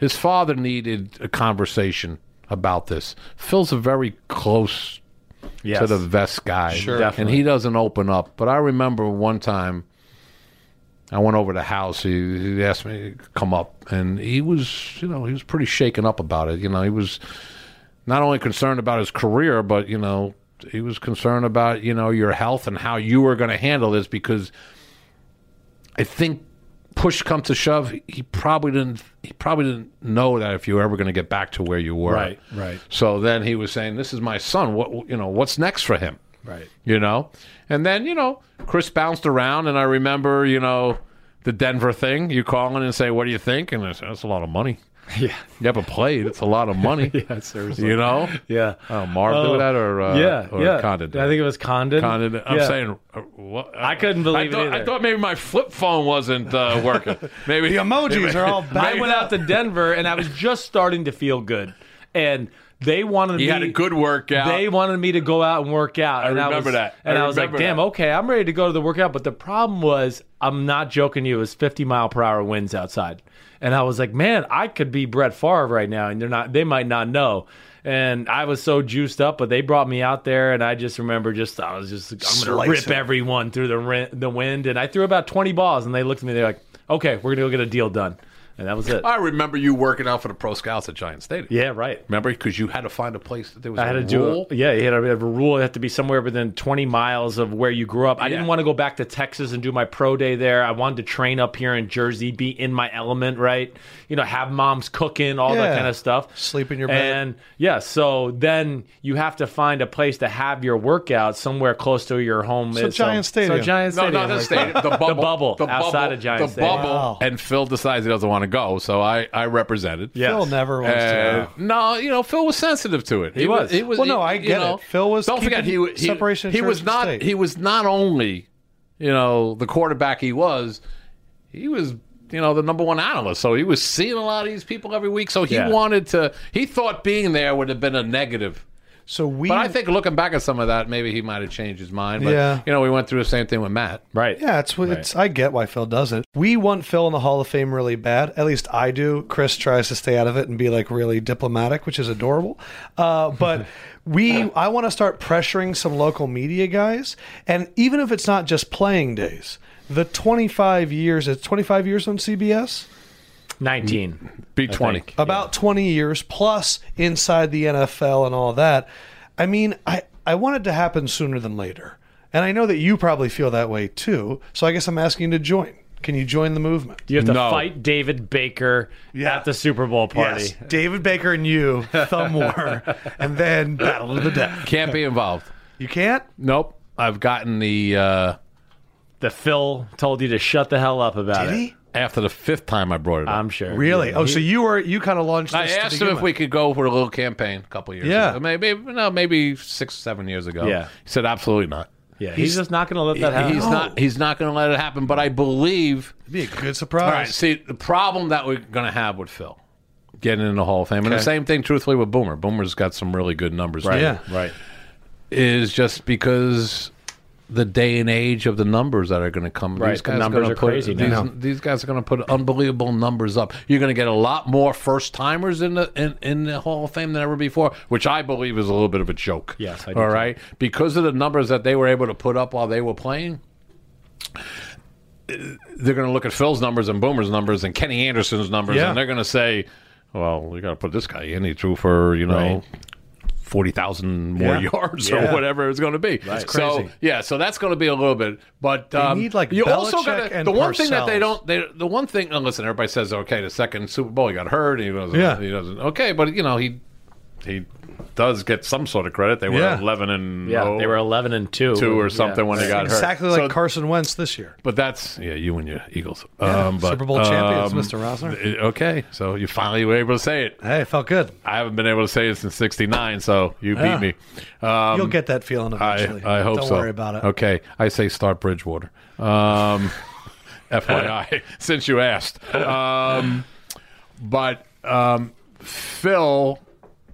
Speaker 3: His father needed a conversation about this. Phil's a very close
Speaker 2: Yes.
Speaker 3: to the vest guy.
Speaker 2: Sure.
Speaker 3: And
Speaker 2: Definitely.
Speaker 3: he doesn't open up. But I remember one time I went over to the house. He, he asked me to come up. And he was, you know, he was pretty shaken up about it. You know, he was not only concerned about his career, but, you know, he was concerned about, you know, your health and how you were going to handle this because I think push come to shove, he probably didn't he probably didn't know that if you were ever going to get back to where you were.
Speaker 2: Right, right.
Speaker 3: So then he was saying, "This is my son. What you know? What's next for him? *laughs*
Speaker 2: Right.
Speaker 3: You know?" And then you know, Chris bounced around, and I remember you know the Denver thing. You call in and say, "What do you think?" And I said, "That's a lot of money." *laughs*
Speaker 2: Yeah.
Speaker 3: You haven't played. It's a lot of money.
Speaker 2: *laughs* Yeah, seriously.
Speaker 3: You know?
Speaker 2: Yeah.
Speaker 3: Oh, Marv
Speaker 2: Oh.
Speaker 3: do that or uh,
Speaker 2: yeah.
Speaker 3: or
Speaker 2: yeah.
Speaker 3: Condon? did
Speaker 2: I
Speaker 3: it?
Speaker 2: think it was Condon.
Speaker 3: Condon. I'm
Speaker 2: Yeah.
Speaker 3: saying uh, what?
Speaker 2: I couldn't believe it
Speaker 3: I thought, I
Speaker 2: either.
Speaker 3: thought maybe my flip phone wasn't
Speaker 2: *laughs*
Speaker 3: uh, working. Maybe
Speaker 1: The emojis are
Speaker 3: *laughs*
Speaker 1: all
Speaker 2: I
Speaker 1: back.
Speaker 2: went out to Denver and I was just starting to feel good. And they wanted
Speaker 3: You
Speaker 2: me
Speaker 3: had a good workout.
Speaker 2: They wanted me to go out and work out. I and I
Speaker 3: remember
Speaker 2: was,
Speaker 3: that. I
Speaker 2: And I, was like,
Speaker 3: remember
Speaker 2: damn,
Speaker 3: that.
Speaker 2: okay, I'm ready to go to the workout. But the problem was, I'm not joking you, it was 50 mile per hour winds outside. And I was like, man, I could be Brett Favre right now. And they're not, they might not know. And I was so juiced up, but they brought me out there, and I just remember just I was just I'm gonna
Speaker 1: Slice
Speaker 2: rip
Speaker 1: it.
Speaker 2: everyone through the ri- the wind, and I threw about 20 balls, and they looked at me, they're like, okay, we're gonna go get a deal done, and that was it.
Speaker 3: I remember you working out for the pro scouts at Giant Stadium.
Speaker 2: Yeah, right.
Speaker 3: Remember? Because you had to find a place that there was
Speaker 2: I had
Speaker 3: a
Speaker 2: to do
Speaker 3: rule.
Speaker 2: Yeah, you had to have a rule. It had to be somewhere within 20 miles of where you grew up. I
Speaker 3: Yeah.
Speaker 2: didn't want to go back to Texas and do my pro day there. I wanted to train up here in Jersey, be in my element, right? You know, have mom's cooking, all
Speaker 1: Yeah.
Speaker 2: that kind of stuff.
Speaker 1: Sleep in your bed.
Speaker 2: And yeah, so then you have to find a place to have your workout somewhere close to your home. So
Speaker 1: Giant Stadium.
Speaker 2: So Giant *laughs*
Speaker 3: No,
Speaker 2: Stadium.
Speaker 3: not the
Speaker 2: like
Speaker 3: stadium. The bubble.
Speaker 2: bubble outside of Giant
Speaker 3: The
Speaker 2: Stadium.
Speaker 3: bubble.
Speaker 1: Wow.
Speaker 3: And Phil decides he doesn't want to go, so I I represented.
Speaker 2: Yeah.
Speaker 1: Phil never wants
Speaker 3: And-
Speaker 1: to.
Speaker 3: no, you know Phil was sensitive to it. He,
Speaker 2: was.
Speaker 3: He was.
Speaker 1: Well, no,
Speaker 3: he-
Speaker 1: I
Speaker 3: you
Speaker 1: get
Speaker 3: know,
Speaker 1: it. Phil was
Speaker 3: Don't forget, he,
Speaker 1: keeping
Speaker 3: he
Speaker 1: separation
Speaker 3: He
Speaker 1: church
Speaker 3: was
Speaker 1: and
Speaker 3: not.
Speaker 1: state.
Speaker 3: He was not only, you know, the quarterback. He was. He was. You know, the number one analyst. So he was seeing a lot of these people every week. So he
Speaker 2: Yeah.
Speaker 3: wanted to. He thought being there would have been a negative.
Speaker 1: So we.
Speaker 3: But I think looking back at some of that, maybe he might have changed his mind. But,
Speaker 1: Yeah.
Speaker 3: You know, we went through the same thing with Matt.
Speaker 2: Right.
Speaker 1: Yeah, it's, it's I get why Phil does it. We want Phil in the Hall of Fame really bad. At least I do. Chris tries to stay out of it and be like really diplomatic, which is adorable. Uh,
Speaker 2: *laughs*
Speaker 1: but we, I want to start pressuring some local media guys, and even if it's not just playing days, the 25 years, it's 25 years on CBS,
Speaker 2: 19.
Speaker 3: Be 20.
Speaker 1: about 20 years plus inside the NFL and all that. I mean, I, I want it to happen sooner than later. And I know that you probably feel that way too. So I guess I'm asking you to join. Can you join the movement?
Speaker 2: You have to
Speaker 3: No.
Speaker 2: fight David Baker
Speaker 1: Yeah.
Speaker 2: at the Super Bowl party.
Speaker 1: David Baker and you, thumb war, *laughs* and then battle to the death.
Speaker 3: Can't be involved.
Speaker 1: You can't?
Speaker 3: Nope. I've gotten the. Uh,
Speaker 2: The Phil told you to shut the hell up about
Speaker 1: Did
Speaker 2: it.
Speaker 1: he?
Speaker 3: after the fifth time I brought it up.
Speaker 2: I'm sure.
Speaker 1: Really? Oh, so you were you kind of launched
Speaker 3: I
Speaker 1: this to
Speaker 3: asked him
Speaker 1: begin
Speaker 3: if
Speaker 1: with.
Speaker 3: we could go for a little campaign a couple years
Speaker 1: Yeah.
Speaker 3: ago. Maybe, no, maybe six, seven years ago.
Speaker 2: Yeah.
Speaker 3: He said, absolutely not.
Speaker 2: Yeah, he's, just not going to let that happen.
Speaker 3: He's not he's not going to let it happen, but I believe.
Speaker 1: It'd be a good
Speaker 3: All right.
Speaker 1: surprise.
Speaker 3: See, the problem that we're going to have with Phil getting in the Hall of Fame, and the same thing, truthfully, with Boomer. Boomer's got some really good numbers. Right.
Speaker 1: Yeah.
Speaker 2: *laughs* Right.
Speaker 3: Is just because the day and age of the numbers that are going to come.
Speaker 2: Right,
Speaker 3: These
Speaker 2: the
Speaker 3: guys
Speaker 2: numbers
Speaker 3: gonna
Speaker 2: are
Speaker 3: put,
Speaker 2: crazy
Speaker 3: These,
Speaker 2: now.
Speaker 3: these guys are going to put unbelievable numbers up. You're going to get a lot more first timers in the in, in the Hall of Fame than ever before, which I believe is a little bit of a joke.
Speaker 2: Yes, I do
Speaker 3: all
Speaker 2: too.
Speaker 3: right, because of the numbers that they were able to put up while they were playing. They're going to look at Phil's numbers and Boomer's numbers and Kenny Anderson's numbers,
Speaker 1: Yeah.
Speaker 3: and they're going to say, "Well, we got to put this guy in. He threw for you know."
Speaker 2: Right.
Speaker 3: forty thousand more
Speaker 1: Yeah.
Speaker 3: yards
Speaker 1: Yeah.
Speaker 3: or whatever it's going to be.
Speaker 1: That's
Speaker 3: So
Speaker 1: crazy.
Speaker 3: yeah, so that's going to be a little bit. But um,
Speaker 1: need, like,
Speaker 3: you also
Speaker 1: Belichick
Speaker 3: got
Speaker 1: and
Speaker 3: the one thing that they
Speaker 1: Parcells.
Speaker 3: don't. They, the one thing. And listen, everybody says okay, the second Super Bowl he got hurt. And he doesn't.
Speaker 1: Yeah.
Speaker 3: He doesn't. Okay, but you know he he does get some sort of credit. They were
Speaker 1: Yeah.
Speaker 3: eleven and
Speaker 2: Yeah,
Speaker 3: oh,
Speaker 2: they were 11 and 2.
Speaker 3: two or something when they got
Speaker 1: Exactly
Speaker 3: hurt.
Speaker 1: like
Speaker 3: So-
Speaker 1: Carson Wentz this year.
Speaker 3: But that's yeah, you and your Eagles. um, but,
Speaker 1: Super Bowl champions,
Speaker 3: um,
Speaker 1: Mr. Rosner.
Speaker 3: eh, Okay, so you finally were able to say it.
Speaker 1: Hey, it felt good.
Speaker 3: I haven't been able to say it since '69, so you beat
Speaker 1: Yeah.
Speaker 3: me. Um,
Speaker 1: You'll get that feeling eventually.
Speaker 3: I, I hope
Speaker 1: Don't
Speaker 3: so.
Speaker 1: worry about it.
Speaker 3: Okay. I say start Bridgewater.
Speaker 1: *laughs*
Speaker 3: Um, FYI, since you asked. Um, but um, Phil,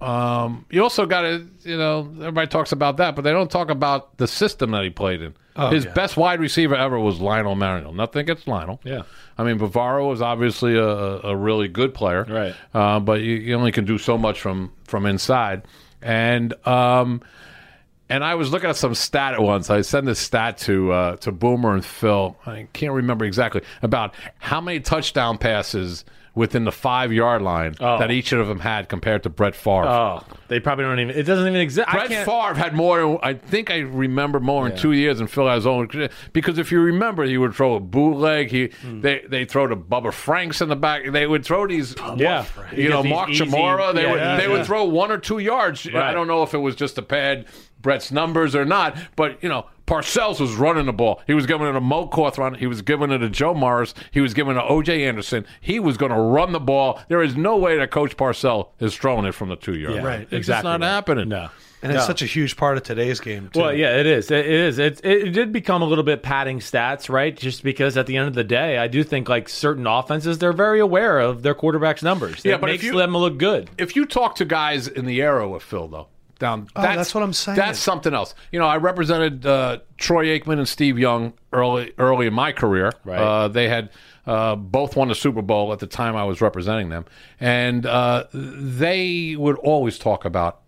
Speaker 3: um, you also got to, you know, everybody talks about that, but they don't talk about the system that he played in.
Speaker 1: Oh,
Speaker 3: His best wide receiver ever was Lionel Marinel. Nothing against Lionel.
Speaker 2: Yeah.
Speaker 3: I mean, Bavaro was obviously a, a really good player.
Speaker 2: Right.
Speaker 3: Uh, but you, you only can do so much from, from inside. And um, and I was looking at some stat at once. I sent this stat to uh, to Boomer and Phil. I can't remember exactly about how many touchdown passes within the five yard line that each of them had compared to Brett Favre.
Speaker 2: Oh, they probably don't even. It doesn't even exist. I
Speaker 3: Brett
Speaker 2: can't,
Speaker 3: Favre had more. I think I remember more in two years than Phil has only because if you remember, he would throw a bootleg. He
Speaker 2: Hmm.
Speaker 3: they they throw to Bubba Franks in the back. They would throw these.
Speaker 2: Yeah.
Speaker 3: you
Speaker 2: You
Speaker 3: know
Speaker 2: get these
Speaker 3: Mark
Speaker 2: easy-
Speaker 3: Chamora. They
Speaker 2: yeah,
Speaker 3: would
Speaker 2: yeah,
Speaker 3: they would
Speaker 2: yeah.
Speaker 3: throw one or two yards. I
Speaker 2: Right.
Speaker 3: don't know if it was just to pad Brett's numbers or not, but you know Parcells was running the ball. He was giving it to Mo Cawthron. He was giving it to Joe Morris. He was giving it to O.J. Anderson. He was going to run the ball. There is no way that Coach Parcells is throwing it from the two yard
Speaker 2: Yeah,
Speaker 3: line.
Speaker 2: right,
Speaker 3: It's just
Speaker 2: exactly
Speaker 3: not
Speaker 2: right.
Speaker 3: happening.
Speaker 2: No.
Speaker 1: And it's such a huge part of today's game. Too.
Speaker 2: Well, yeah, it is. It, it is. It, it did become a little bit padding stats, right? Just because at the end of the day, I do think like certain offenses, they're very aware of their quarterback's numbers.
Speaker 3: Yeah,
Speaker 2: That
Speaker 3: but if
Speaker 2: makes
Speaker 3: you-
Speaker 2: them look good.
Speaker 3: if you talk to guys in the era with Phil though, down
Speaker 1: Oh, that's what I'm saying.
Speaker 3: That's something else. You know, I represented uh, Troy Aikman and Steve Young early early in my career.
Speaker 2: Right.
Speaker 3: Uh, they had uh, both won the Super Bowl at the time I was representing them, and uh, they would always talk about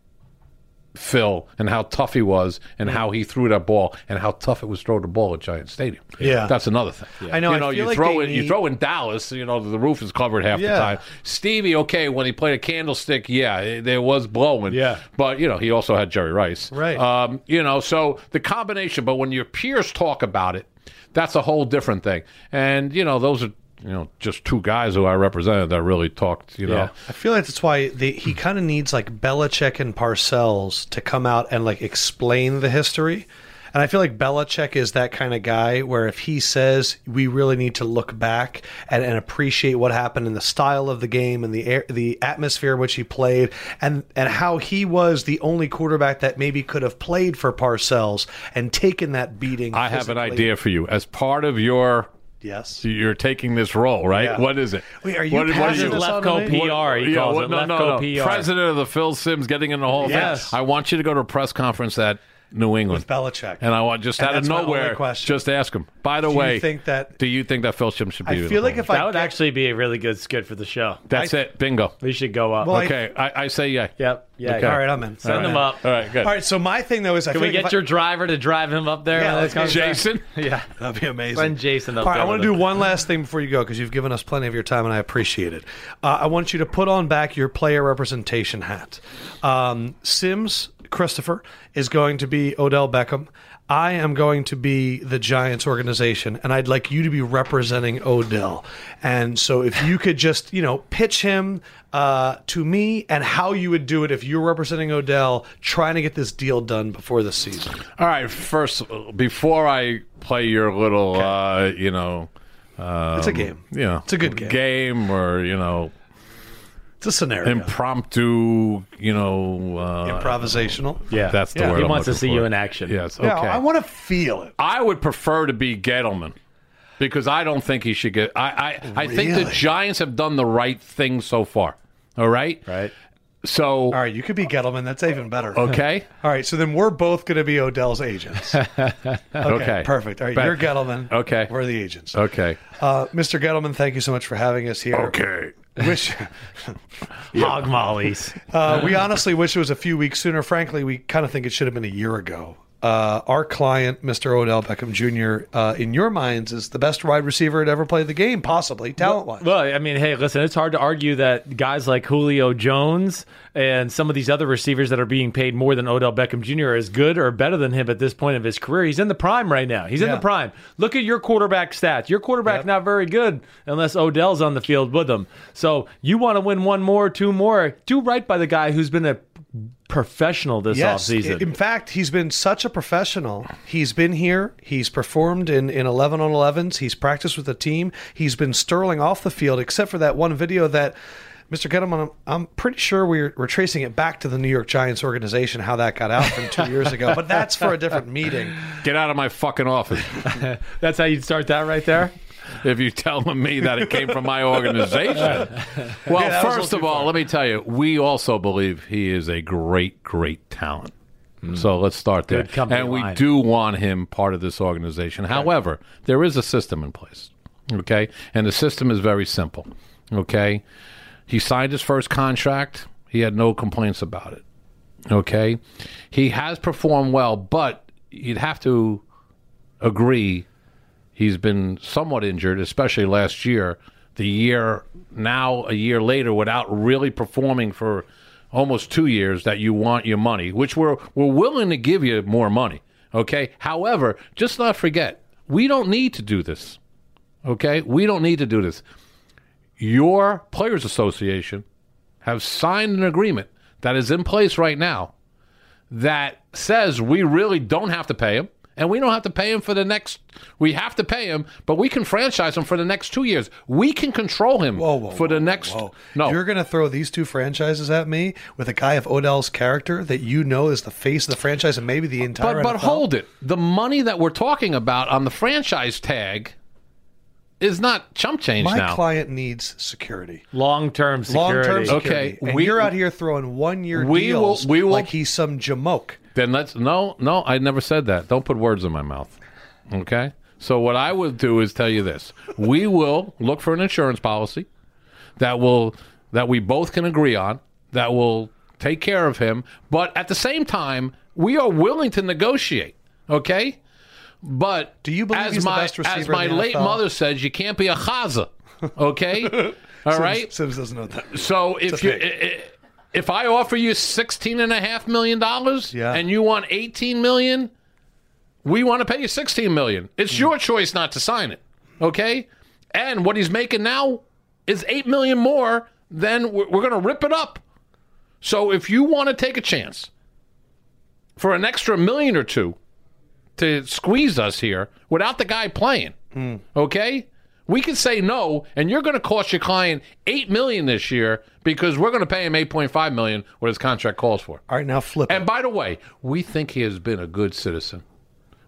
Speaker 3: Phil and how tough he was and how he threw that ball and how tough it was to throw the ball at Giant Stadium.
Speaker 1: Yeah.
Speaker 3: that's another thing.
Speaker 1: I know,
Speaker 3: You
Speaker 1: I
Speaker 3: know,
Speaker 1: feel
Speaker 3: you
Speaker 1: like
Speaker 3: throw
Speaker 1: they
Speaker 3: it. You
Speaker 1: need-
Speaker 3: throw in Dallas. You know, the roof is covered half
Speaker 1: Yeah.
Speaker 3: the time. Stevie, okay, when he played a candlestick, yeah, eh, there was blowing.
Speaker 2: Yeah.
Speaker 3: But, you know, he also had Jerry Rice.
Speaker 1: Right.
Speaker 3: Um, you know, so the combination, but when your peers talk about it, that's a whole different thing. And, you know, those are, you know, just two guys who I represented that really talked, you know.
Speaker 2: Yeah.
Speaker 1: I feel like that's why they, he kind of needs like Belichick and Parcells to come out and like explain the history. And I feel like Belichick is that kind of guy where if he says we really need to look back and, and appreciate what happened in the style of the game and the air, the atmosphere in which he played and and how he was the only quarterback that maybe could have played for Parcells and taken that beating.
Speaker 3: I have an
Speaker 1: physically.
Speaker 3: idea for you. As part of your,
Speaker 1: Yes.
Speaker 3: you're taking this role, right?
Speaker 1: Yeah.
Speaker 3: What is it?
Speaker 1: Wait, are you
Speaker 3: What- what
Speaker 1: passing
Speaker 3: you-
Speaker 1: this on to
Speaker 2: Lefko
Speaker 1: me?
Speaker 2: PR, he calls
Speaker 3: what-
Speaker 2: it.
Speaker 3: no,
Speaker 2: Lefko
Speaker 3: no, no.
Speaker 2: PR.
Speaker 3: President of the Phil Sims getting in the whole
Speaker 2: Yes.
Speaker 3: thing. I want you to go to a press conference at New England.
Speaker 1: Belichick.
Speaker 3: And I want just
Speaker 1: And
Speaker 3: out of
Speaker 1: that's my only
Speaker 3: nowhere,
Speaker 1: question.
Speaker 3: just ask him. By the
Speaker 1: you
Speaker 3: way,
Speaker 1: think that-
Speaker 3: do you think that Phil Sims should be?
Speaker 1: I
Speaker 3: the
Speaker 1: feel like
Speaker 3: Hall of
Speaker 1: if
Speaker 3: Fame?
Speaker 1: I
Speaker 2: That would
Speaker 1: get-
Speaker 2: actually be a really good skit for the show.
Speaker 3: that's it, bingo.
Speaker 2: We should go up.
Speaker 1: Well, I-
Speaker 3: Okay, I, I say yeah.
Speaker 2: yep. Yeah.
Speaker 3: Okay.
Speaker 1: All right, I'm in.
Speaker 2: Send them up.
Speaker 3: All right, good.
Speaker 1: All right, so my thing though is I
Speaker 2: Can
Speaker 1: feel
Speaker 2: we
Speaker 1: like
Speaker 2: get
Speaker 1: if I-
Speaker 2: your driver to drive him up there?
Speaker 1: Yeah,
Speaker 2: When it
Speaker 1: let's
Speaker 2: comes back?
Speaker 3: Jason,
Speaker 2: *laughs* Yeah.
Speaker 1: *laughs* That'd be amazing.
Speaker 2: Send Jason up
Speaker 1: All right,
Speaker 2: there
Speaker 1: I want to
Speaker 2: with
Speaker 1: do
Speaker 2: him.
Speaker 1: one last thing before you go because you've given us plenty of your time and I appreciate it. Uh, I want you to put on back your player representation hat. Um, Sims Christopher is going to be Odell Beckham. I am going to be the Giants organization, and I'd like you to be representing Odell. And so, if you could just, you know, pitch him uh, to me and how you would do it if you're representing Odell, trying to get this deal done before the season.
Speaker 3: All right, first, uh, before I play your little, uh, you know, um,
Speaker 1: It's a game.
Speaker 3: You know,
Speaker 1: It's a good game.
Speaker 3: game or, you know,
Speaker 1: It's a scenario.
Speaker 3: impromptu, you know, uh,
Speaker 1: Improvisational.
Speaker 2: Yeah.
Speaker 3: That's the
Speaker 2: yeah.
Speaker 3: word
Speaker 2: He
Speaker 3: I'm
Speaker 2: wants to
Speaker 3: looking
Speaker 2: see
Speaker 3: for.
Speaker 2: you in action.
Speaker 3: Yes, okay.
Speaker 1: Yeah, I want to feel it.
Speaker 3: I would prefer to be Gettleman because I don't think he should get. I I, I think the
Speaker 1: Really?
Speaker 3: Giants have done the right thing so far. All right,
Speaker 2: Right.
Speaker 3: So
Speaker 1: All right, you could be Gettleman. That's even better. *laughs*
Speaker 3: okay,
Speaker 1: All right, so then we're both going to be Odell's
Speaker 3: *laughs*
Speaker 1: agents. Okay,
Speaker 3: Okay.
Speaker 1: perfect. All right,
Speaker 3: Bet.
Speaker 1: you're Gettleman.
Speaker 3: Okay.
Speaker 1: we're the agents.
Speaker 3: okay,
Speaker 1: Uh, Mr. Gettleman, thank you so much for having us here.
Speaker 3: okay.
Speaker 1: *laughs* Wish
Speaker 2: *laughs* Hog mollies.
Speaker 1: uh, we honestly wish it was a few weeks sooner. Frankly, we kind of think it should have been a year ago. Uh, our client, Mr. Odell Beckham Jr., uh, in your minds, is the best wide receiver to ever play the game, possibly talent wise.
Speaker 2: *laughs* Well, I mean, hey, listen, it's hard to argue that guys like Julio Jones and some of these other receivers that are being paid more than Odell Beckham Jr. are as good or better than him at this point of his career. He's in the prime right now. He's in
Speaker 1: Yeah.
Speaker 2: the prime. Look at your quarterback stats. Your quarterback's
Speaker 1: Yep.
Speaker 2: not very good unless Odell's on the field with him. So you want to win one more, two more. Do right by the guy who's been a professional this offseason.
Speaker 1: In fact, he's been such a professional. He's been here. He's performed in, in 11 on 11s. He's practiced with the team. He's been sterling off the field, except for that one video that, Mr. Gettleman, I'm, I'm pretty sure we're, we're tracing it back to the New York Giants organization, how that got out from *laughs* two years ago. But that's for a different meeting.
Speaker 3: Get out of my fucking office
Speaker 2: That's how you'd start that right there.
Speaker 3: if you tell me that it came from my organization. Well,
Speaker 1: that was a little
Speaker 3: first of
Speaker 1: too
Speaker 3: all,
Speaker 1: far.
Speaker 3: let me tell you, we also believe he is a great, great talent. So let's start there.
Speaker 2: Good company
Speaker 3: And we
Speaker 2: line.
Speaker 3: do want him part of this organization. However, there is a system in place. Okay. And the system is very simple. Okay. He signed his first contract, he had no complaints about it. Okay. He has performed well, but you'd have to agree he's been somewhat injured, especially last year. The year now, a year later, without really performing for almost two years, that you want your money, which we're we're willing to give you more money. Okay. However, just not forget, we don't need to do this. Okay, we don't need to do this. Your players' association have signed an agreement that is in place right now that says we really don't have to pay him and we don't have to pay him for the next. We have to pay him, but we can franchise him for the next two years. We can control him
Speaker 1: Whoa, whoa,
Speaker 3: for the
Speaker 1: whoa,
Speaker 3: next.
Speaker 1: whoa.
Speaker 3: No,
Speaker 1: You're going to throw these two franchises at me with a guy of Odell's character that you know is the face of the franchise and maybe the entire
Speaker 3: but but
Speaker 1: NFL?
Speaker 3: hold it. The money that we're talking about on the franchise tag is not chump change
Speaker 1: My
Speaker 3: now.
Speaker 1: client needs security.
Speaker 2: Long term security.
Speaker 1: Long term security.
Speaker 3: Okay,
Speaker 1: And
Speaker 3: we-
Speaker 1: you're out here throwing one year
Speaker 3: We will-
Speaker 1: deals
Speaker 3: we will-
Speaker 1: like he's some jamoke.
Speaker 3: Then let's no, no, I never said that. Don't put words in my mouth. Okay? So what I would do is tell you this. We will look for an insurance policy that will that we both can agree on that will take care of him, but at the same time, we are willing to negotiate. Okay? But
Speaker 1: Do you believe
Speaker 3: as
Speaker 1: he's the
Speaker 3: my
Speaker 1: best receiver
Speaker 3: as
Speaker 1: in
Speaker 3: my
Speaker 1: the
Speaker 3: late
Speaker 1: NFL?
Speaker 3: mother says, you can't be a chaza.
Speaker 1: *laughs*
Speaker 3: Okay? All right?
Speaker 1: Sims doesn't know that.
Speaker 3: So if
Speaker 1: It's a
Speaker 3: you
Speaker 1: pig.
Speaker 3: i- i- if I offer you sixteen and a half million dollars
Speaker 1: Yeah.
Speaker 3: and you want eighteen million, we want to pay you sixteen million. It's your choice not to sign it. Okay? And what he's making now is eight million more, then we're, we're gonna rip it up. So if you want to take a chance for an extra million or two to squeeze us here without the guy playing, okay? We can say no, and you're going to cost your client eight million this year because we're going to pay him eight point five million what his contract calls for.
Speaker 1: All right, now flip it.
Speaker 3: And by the way, we think he has been a good citizen.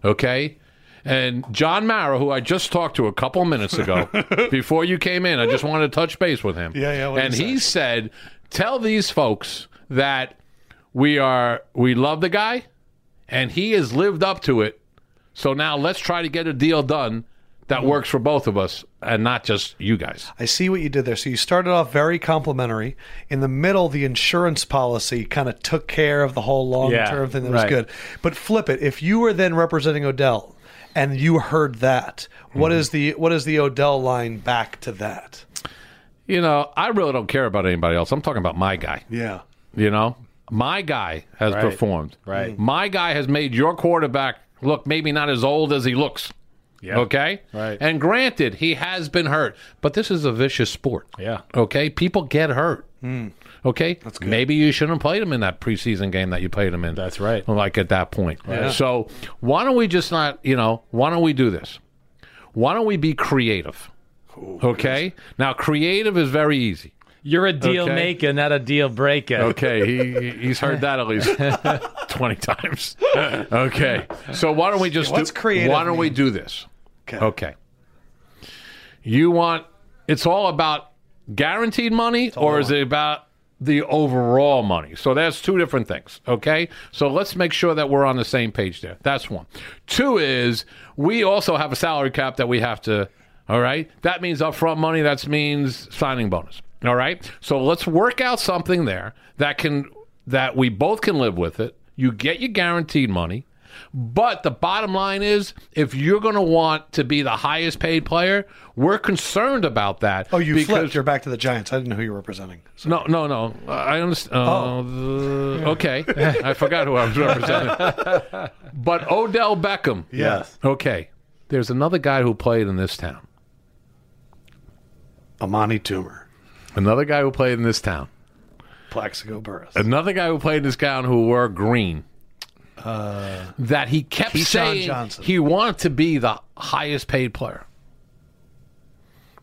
Speaker 3: Okay? And John Mara, who I just talked to a couple minutes
Speaker 1: *laughs*
Speaker 3: ago before you came in, I just wanted to touch base with him.
Speaker 1: Yeah, yeah, what'd
Speaker 3: And
Speaker 1: he
Speaker 3: he said, "Tell these folks that we are we love the guy and he has lived up to it. So now let's try to get a deal done that
Speaker 1: Mm-hmm.
Speaker 3: works for both of us and not just you guys."
Speaker 1: I see what you did there. So you started off very complimentary. In the middle, the insurance policy kind of took care of the whole long term
Speaker 2: Yeah,
Speaker 1: thing that
Speaker 2: right.
Speaker 1: was good. But flip it. If you were then representing Odell and you heard that, what
Speaker 3: Mm-hmm.
Speaker 1: is the what is the Odell line back to that?
Speaker 3: You know, I really don't care about anybody else. I'm talking about my guy.
Speaker 1: Yeah.
Speaker 3: You know, my guy has performed. Mm-hmm.
Speaker 2: Right.
Speaker 3: My guy has made your quarterback look maybe not as old as he looks.
Speaker 2: Yeah.
Speaker 3: Okay.
Speaker 2: Right.
Speaker 3: And granted, he has been hurt, but this is a vicious sport.
Speaker 2: Yeah.
Speaker 3: Okay. People get hurt.
Speaker 2: Hmm.
Speaker 3: Okay. That's good. Maybe you shouldn't have played him in that preseason game that you played him in.
Speaker 2: That's right.
Speaker 3: Like at that point. So why don't we just not, you know, why don't we do this? Why don't we be creative? Okay. Now, creative is very easy.
Speaker 2: You're a deal
Speaker 3: Okay.
Speaker 2: maker, not a deal breaker.
Speaker 3: Okay, he he's heard that
Speaker 1: *laughs*
Speaker 3: at least twenty times. Okay, so why don't we just
Speaker 1: What's
Speaker 3: do,
Speaker 1: creative
Speaker 3: Why don't we
Speaker 1: mean?
Speaker 3: do this?
Speaker 1: Okay.
Speaker 3: Okay, you want it's all about guaranteed money, or is it about the overall money? So that's two different things. Okay, so let's make sure that we're on the same page there. That's one. Two is we also have a salary cap that we have to. All right, that means upfront money. That means signing bonus. All right, so let's work out something there that can that we both can live with it. You get your guaranteed money. But the bottom line is, if you're going to want to be the highest paid player, we're concerned about that.
Speaker 1: Oh, you
Speaker 3: because,
Speaker 1: flipped. You're back to the Giants. I didn't know who you were representing. So
Speaker 3: No, no, no. I understand.
Speaker 1: Oh.
Speaker 3: Uh, the- Okay, I forgot who I was representing.
Speaker 1: *laughs*
Speaker 3: but Odell Beckham.
Speaker 1: yes.
Speaker 3: Okay, there's another guy who played in this town.
Speaker 1: Amani Toomer,
Speaker 3: Another guy who played in this town.
Speaker 1: Plaxico Burris.
Speaker 3: Another guy who played in this town who wore green. that he kept
Speaker 1: Uh, Keyshawn
Speaker 3: saying
Speaker 1: Johnson.
Speaker 3: he wanted to be the highest paid player.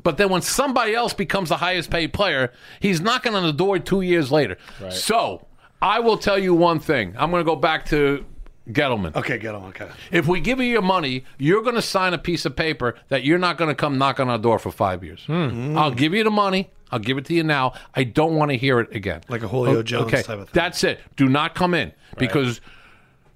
Speaker 3: But then when somebody else becomes the highest paid player, he's knocking on the door two years later. So I will tell you one thing. I'm going to go back to Gettleman.
Speaker 1: Okay, get him. Okay.
Speaker 3: If we give you your money, you're going to sign a piece of paper that you're not going to come knock on our door for five years.
Speaker 1: Hmm.
Speaker 3: I'll give you the money. I'll give it to you now. I don't want to hear it again.
Speaker 1: Like a Julio
Speaker 3: O-
Speaker 1: Jones type of thing.
Speaker 3: That's it. Do not come in because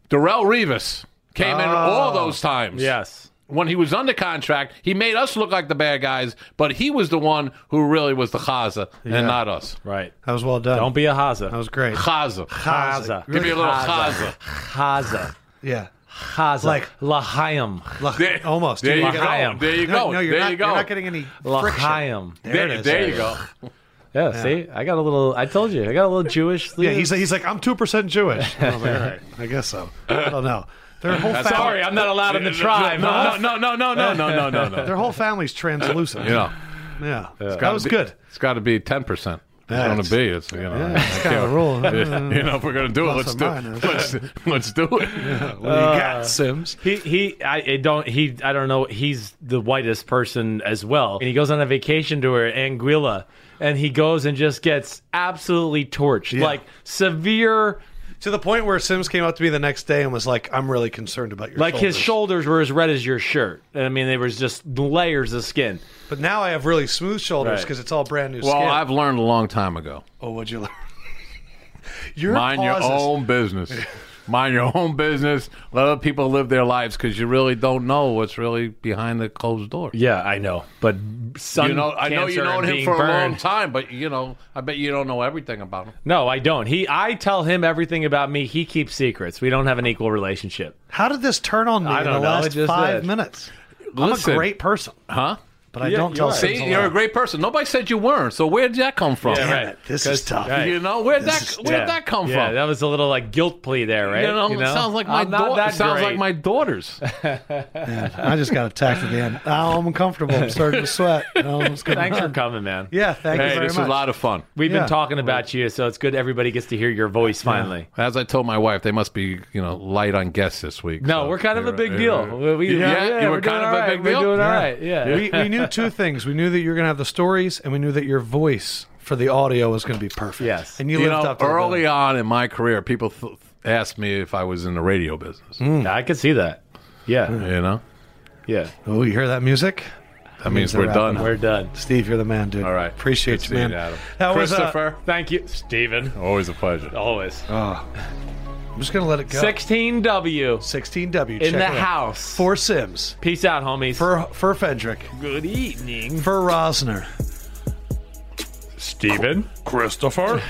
Speaker 3: Darrell Revis came
Speaker 1: Oh.
Speaker 3: in all those times.
Speaker 2: Yes.
Speaker 3: When he was under contract, he made us look like the bad guys, but he was the one who really was the chaza and not us.
Speaker 2: Right.
Speaker 1: That was well done.
Speaker 2: Don't be a Haza.
Speaker 1: that was great.
Speaker 3: Chaza.
Speaker 2: Haza.
Speaker 3: Give me a little chaza.
Speaker 2: Haza.
Speaker 1: Yeah.
Speaker 2: Haza.
Speaker 1: Like-
Speaker 2: Lahayim.
Speaker 3: There-
Speaker 1: Almost.
Speaker 3: There
Speaker 1: dude.
Speaker 3: you
Speaker 1: got it.
Speaker 3: go.
Speaker 2: L'chaim.
Speaker 3: There you go.
Speaker 1: No, no, you're
Speaker 3: there
Speaker 1: not,
Speaker 3: you go.
Speaker 1: You're not getting any friction.
Speaker 2: Lahayim.
Speaker 1: There it
Speaker 3: there
Speaker 1: is.
Speaker 3: there you go.
Speaker 2: Yeah, see? I got a little, I told you, I got a little Jewish.
Speaker 1: Yeah, he's he's like I'm two percent Jewish. *laughs* And I was like, all right, I guess so. I don't know. Their whole family,
Speaker 2: Sorry, I'm not allowed in the tribe.
Speaker 3: No,
Speaker 2: huh?
Speaker 3: no, no, no, no, no, no, no,
Speaker 2: *laughs*
Speaker 3: no.
Speaker 1: their whole family's translucent.
Speaker 3: You know,
Speaker 1: yeah,
Speaker 3: gotta
Speaker 1: that was
Speaker 3: be-
Speaker 1: good.
Speaker 3: It's got to be ten percent it's going to be. It's you know, I
Speaker 4: It's kind of a rule. huh?
Speaker 3: can't- *laughs* you know, if we're going to do it,
Speaker 4: Plus
Speaker 3: let's
Speaker 4: or
Speaker 3: do it.
Speaker 4: minus.
Speaker 3: *laughs* Let's, let's do it.
Speaker 1: What do you got, Sims?
Speaker 2: He he I I don't he I don't know he's the whitest person as well. And he goes on a vacation to her Anguilla and he goes and just gets absolutely torched. Like severe
Speaker 1: To the point where Sims came up to me the next day and was like, "I'm really concerned about your
Speaker 2: like
Speaker 1: shoulders.
Speaker 2: his shoulders were as red as your shirt. I mean there was just layers of skin.
Speaker 1: But now I have really smooth shoulders
Speaker 2: Right.
Speaker 1: because it's all brand new
Speaker 3: Well,
Speaker 1: skin.
Speaker 3: I've learned a long time ago.
Speaker 1: Oh, what'd you learn? *laughs* your
Speaker 3: Mind your
Speaker 1: pauses-
Speaker 3: own business. Mind your own business. Let other people live their lives because you really don't know what's really behind the closed door.
Speaker 2: Yeah, I know. But sun
Speaker 3: You know, I know you
Speaker 2: cancer
Speaker 3: know
Speaker 2: and
Speaker 3: him
Speaker 2: being
Speaker 3: for a long
Speaker 2: burned-
Speaker 3: time, but you know, I bet you don't know everything about him.
Speaker 2: No, I don't. He I tell him everything about me. He keeps secrets. We don't have an equal relationship.
Speaker 1: How did this turn on me
Speaker 2: I
Speaker 1: in the
Speaker 2: don't know, it
Speaker 1: last
Speaker 2: just
Speaker 1: five
Speaker 2: did.
Speaker 1: minutes?
Speaker 3: Listen.
Speaker 1: I'm a great person,
Speaker 3: Huh?
Speaker 1: but I
Speaker 2: Yeah,
Speaker 1: don't
Speaker 2: you
Speaker 1: tell
Speaker 2: are.
Speaker 1: Sims
Speaker 3: See,
Speaker 1: a
Speaker 3: you're a
Speaker 1: lot.
Speaker 3: great person. Nobody said you weren't. So where did that come from?
Speaker 2: Yeah,
Speaker 1: Damn
Speaker 2: right.
Speaker 1: it, this is tough.
Speaker 2: right.
Speaker 3: *laughs* You know, where'd that where'd
Speaker 2: Yeah.
Speaker 3: that come
Speaker 2: Yeah,
Speaker 3: from?
Speaker 2: that was a little like guilt plea there, right?
Speaker 3: you know, it sounds like my
Speaker 2: I'm not
Speaker 3: daughter.
Speaker 2: that
Speaker 3: It sounds like
Speaker 2: great. *laughs*
Speaker 3: my daughters.
Speaker 4: I just got attacked at the
Speaker 3: *laughs*
Speaker 4: end. Now I'm uncomfortable. I'm starting to sweat. You know, I'm just
Speaker 1: *laughs*
Speaker 4: gonna-
Speaker 2: Thanks for coming, man.
Speaker 1: Yeah, thank you
Speaker 3: hey,
Speaker 1: very
Speaker 3: this is a
Speaker 1: much.
Speaker 3: lot of fun.
Speaker 2: We've
Speaker 4: Yeah.
Speaker 2: been talking about you, so it's good everybody gets to hear your voice finally.
Speaker 3: As I told my wife, they must be you know light on guests this week.
Speaker 2: No,
Speaker 3: so
Speaker 2: we're kind of a
Speaker 3: they
Speaker 2: big
Speaker 3: were-
Speaker 2: deal.
Speaker 3: they
Speaker 2: We- we-
Speaker 3: Yeah, you were
Speaker 2: we're doing
Speaker 3: kind of
Speaker 2: all
Speaker 3: a
Speaker 2: right.
Speaker 3: big
Speaker 2: We're
Speaker 3: deal.
Speaker 2: doing all
Speaker 3: Yeah.
Speaker 2: right. Yeah.
Speaker 1: we, we knew
Speaker 3: *laughs*
Speaker 1: two things. We knew that you were going to have the stories, and we knew that your voice for the audio was going to be perfect.
Speaker 2: Yes.
Speaker 1: and you,
Speaker 3: You
Speaker 1: lived
Speaker 3: know,
Speaker 1: up to the
Speaker 3: early
Speaker 1: billing.
Speaker 3: on in my career, people th- asked me if I was in the radio business.
Speaker 2: I could see that. Yeah.
Speaker 3: You know,
Speaker 2: Yeah.
Speaker 1: Oh, you hear that music,
Speaker 3: that means
Speaker 1: they're
Speaker 3: we're done.
Speaker 2: We're done.
Speaker 1: Steve? You're the man, dude.
Speaker 3: All right,
Speaker 1: appreciate
Speaker 3: Good
Speaker 1: you,
Speaker 3: seeing
Speaker 1: man.
Speaker 3: you, Adam.
Speaker 1: That was uh,
Speaker 3: Christopher,
Speaker 2: Thank you, Steven.
Speaker 3: always a pleasure.
Speaker 2: Always.
Speaker 1: I'm just going to let it go.
Speaker 2: 16W
Speaker 1: 16W
Speaker 2: in
Speaker 1: check
Speaker 2: the
Speaker 1: it out.
Speaker 2: house.
Speaker 1: for Sims,
Speaker 2: Peace out, homies.
Speaker 1: for for Fendrick,
Speaker 2: good evening,
Speaker 1: for Rosner,
Speaker 2: Steven.
Speaker 1: Christopher,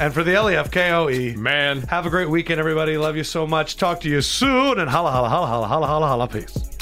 Speaker 1: and for the E LEFKOE.
Speaker 2: Man.
Speaker 1: Have a great weekend, everybody. Love you so much. Talk to you soon. And holla, holla, holla, holla, holla, holla, holla. Peace.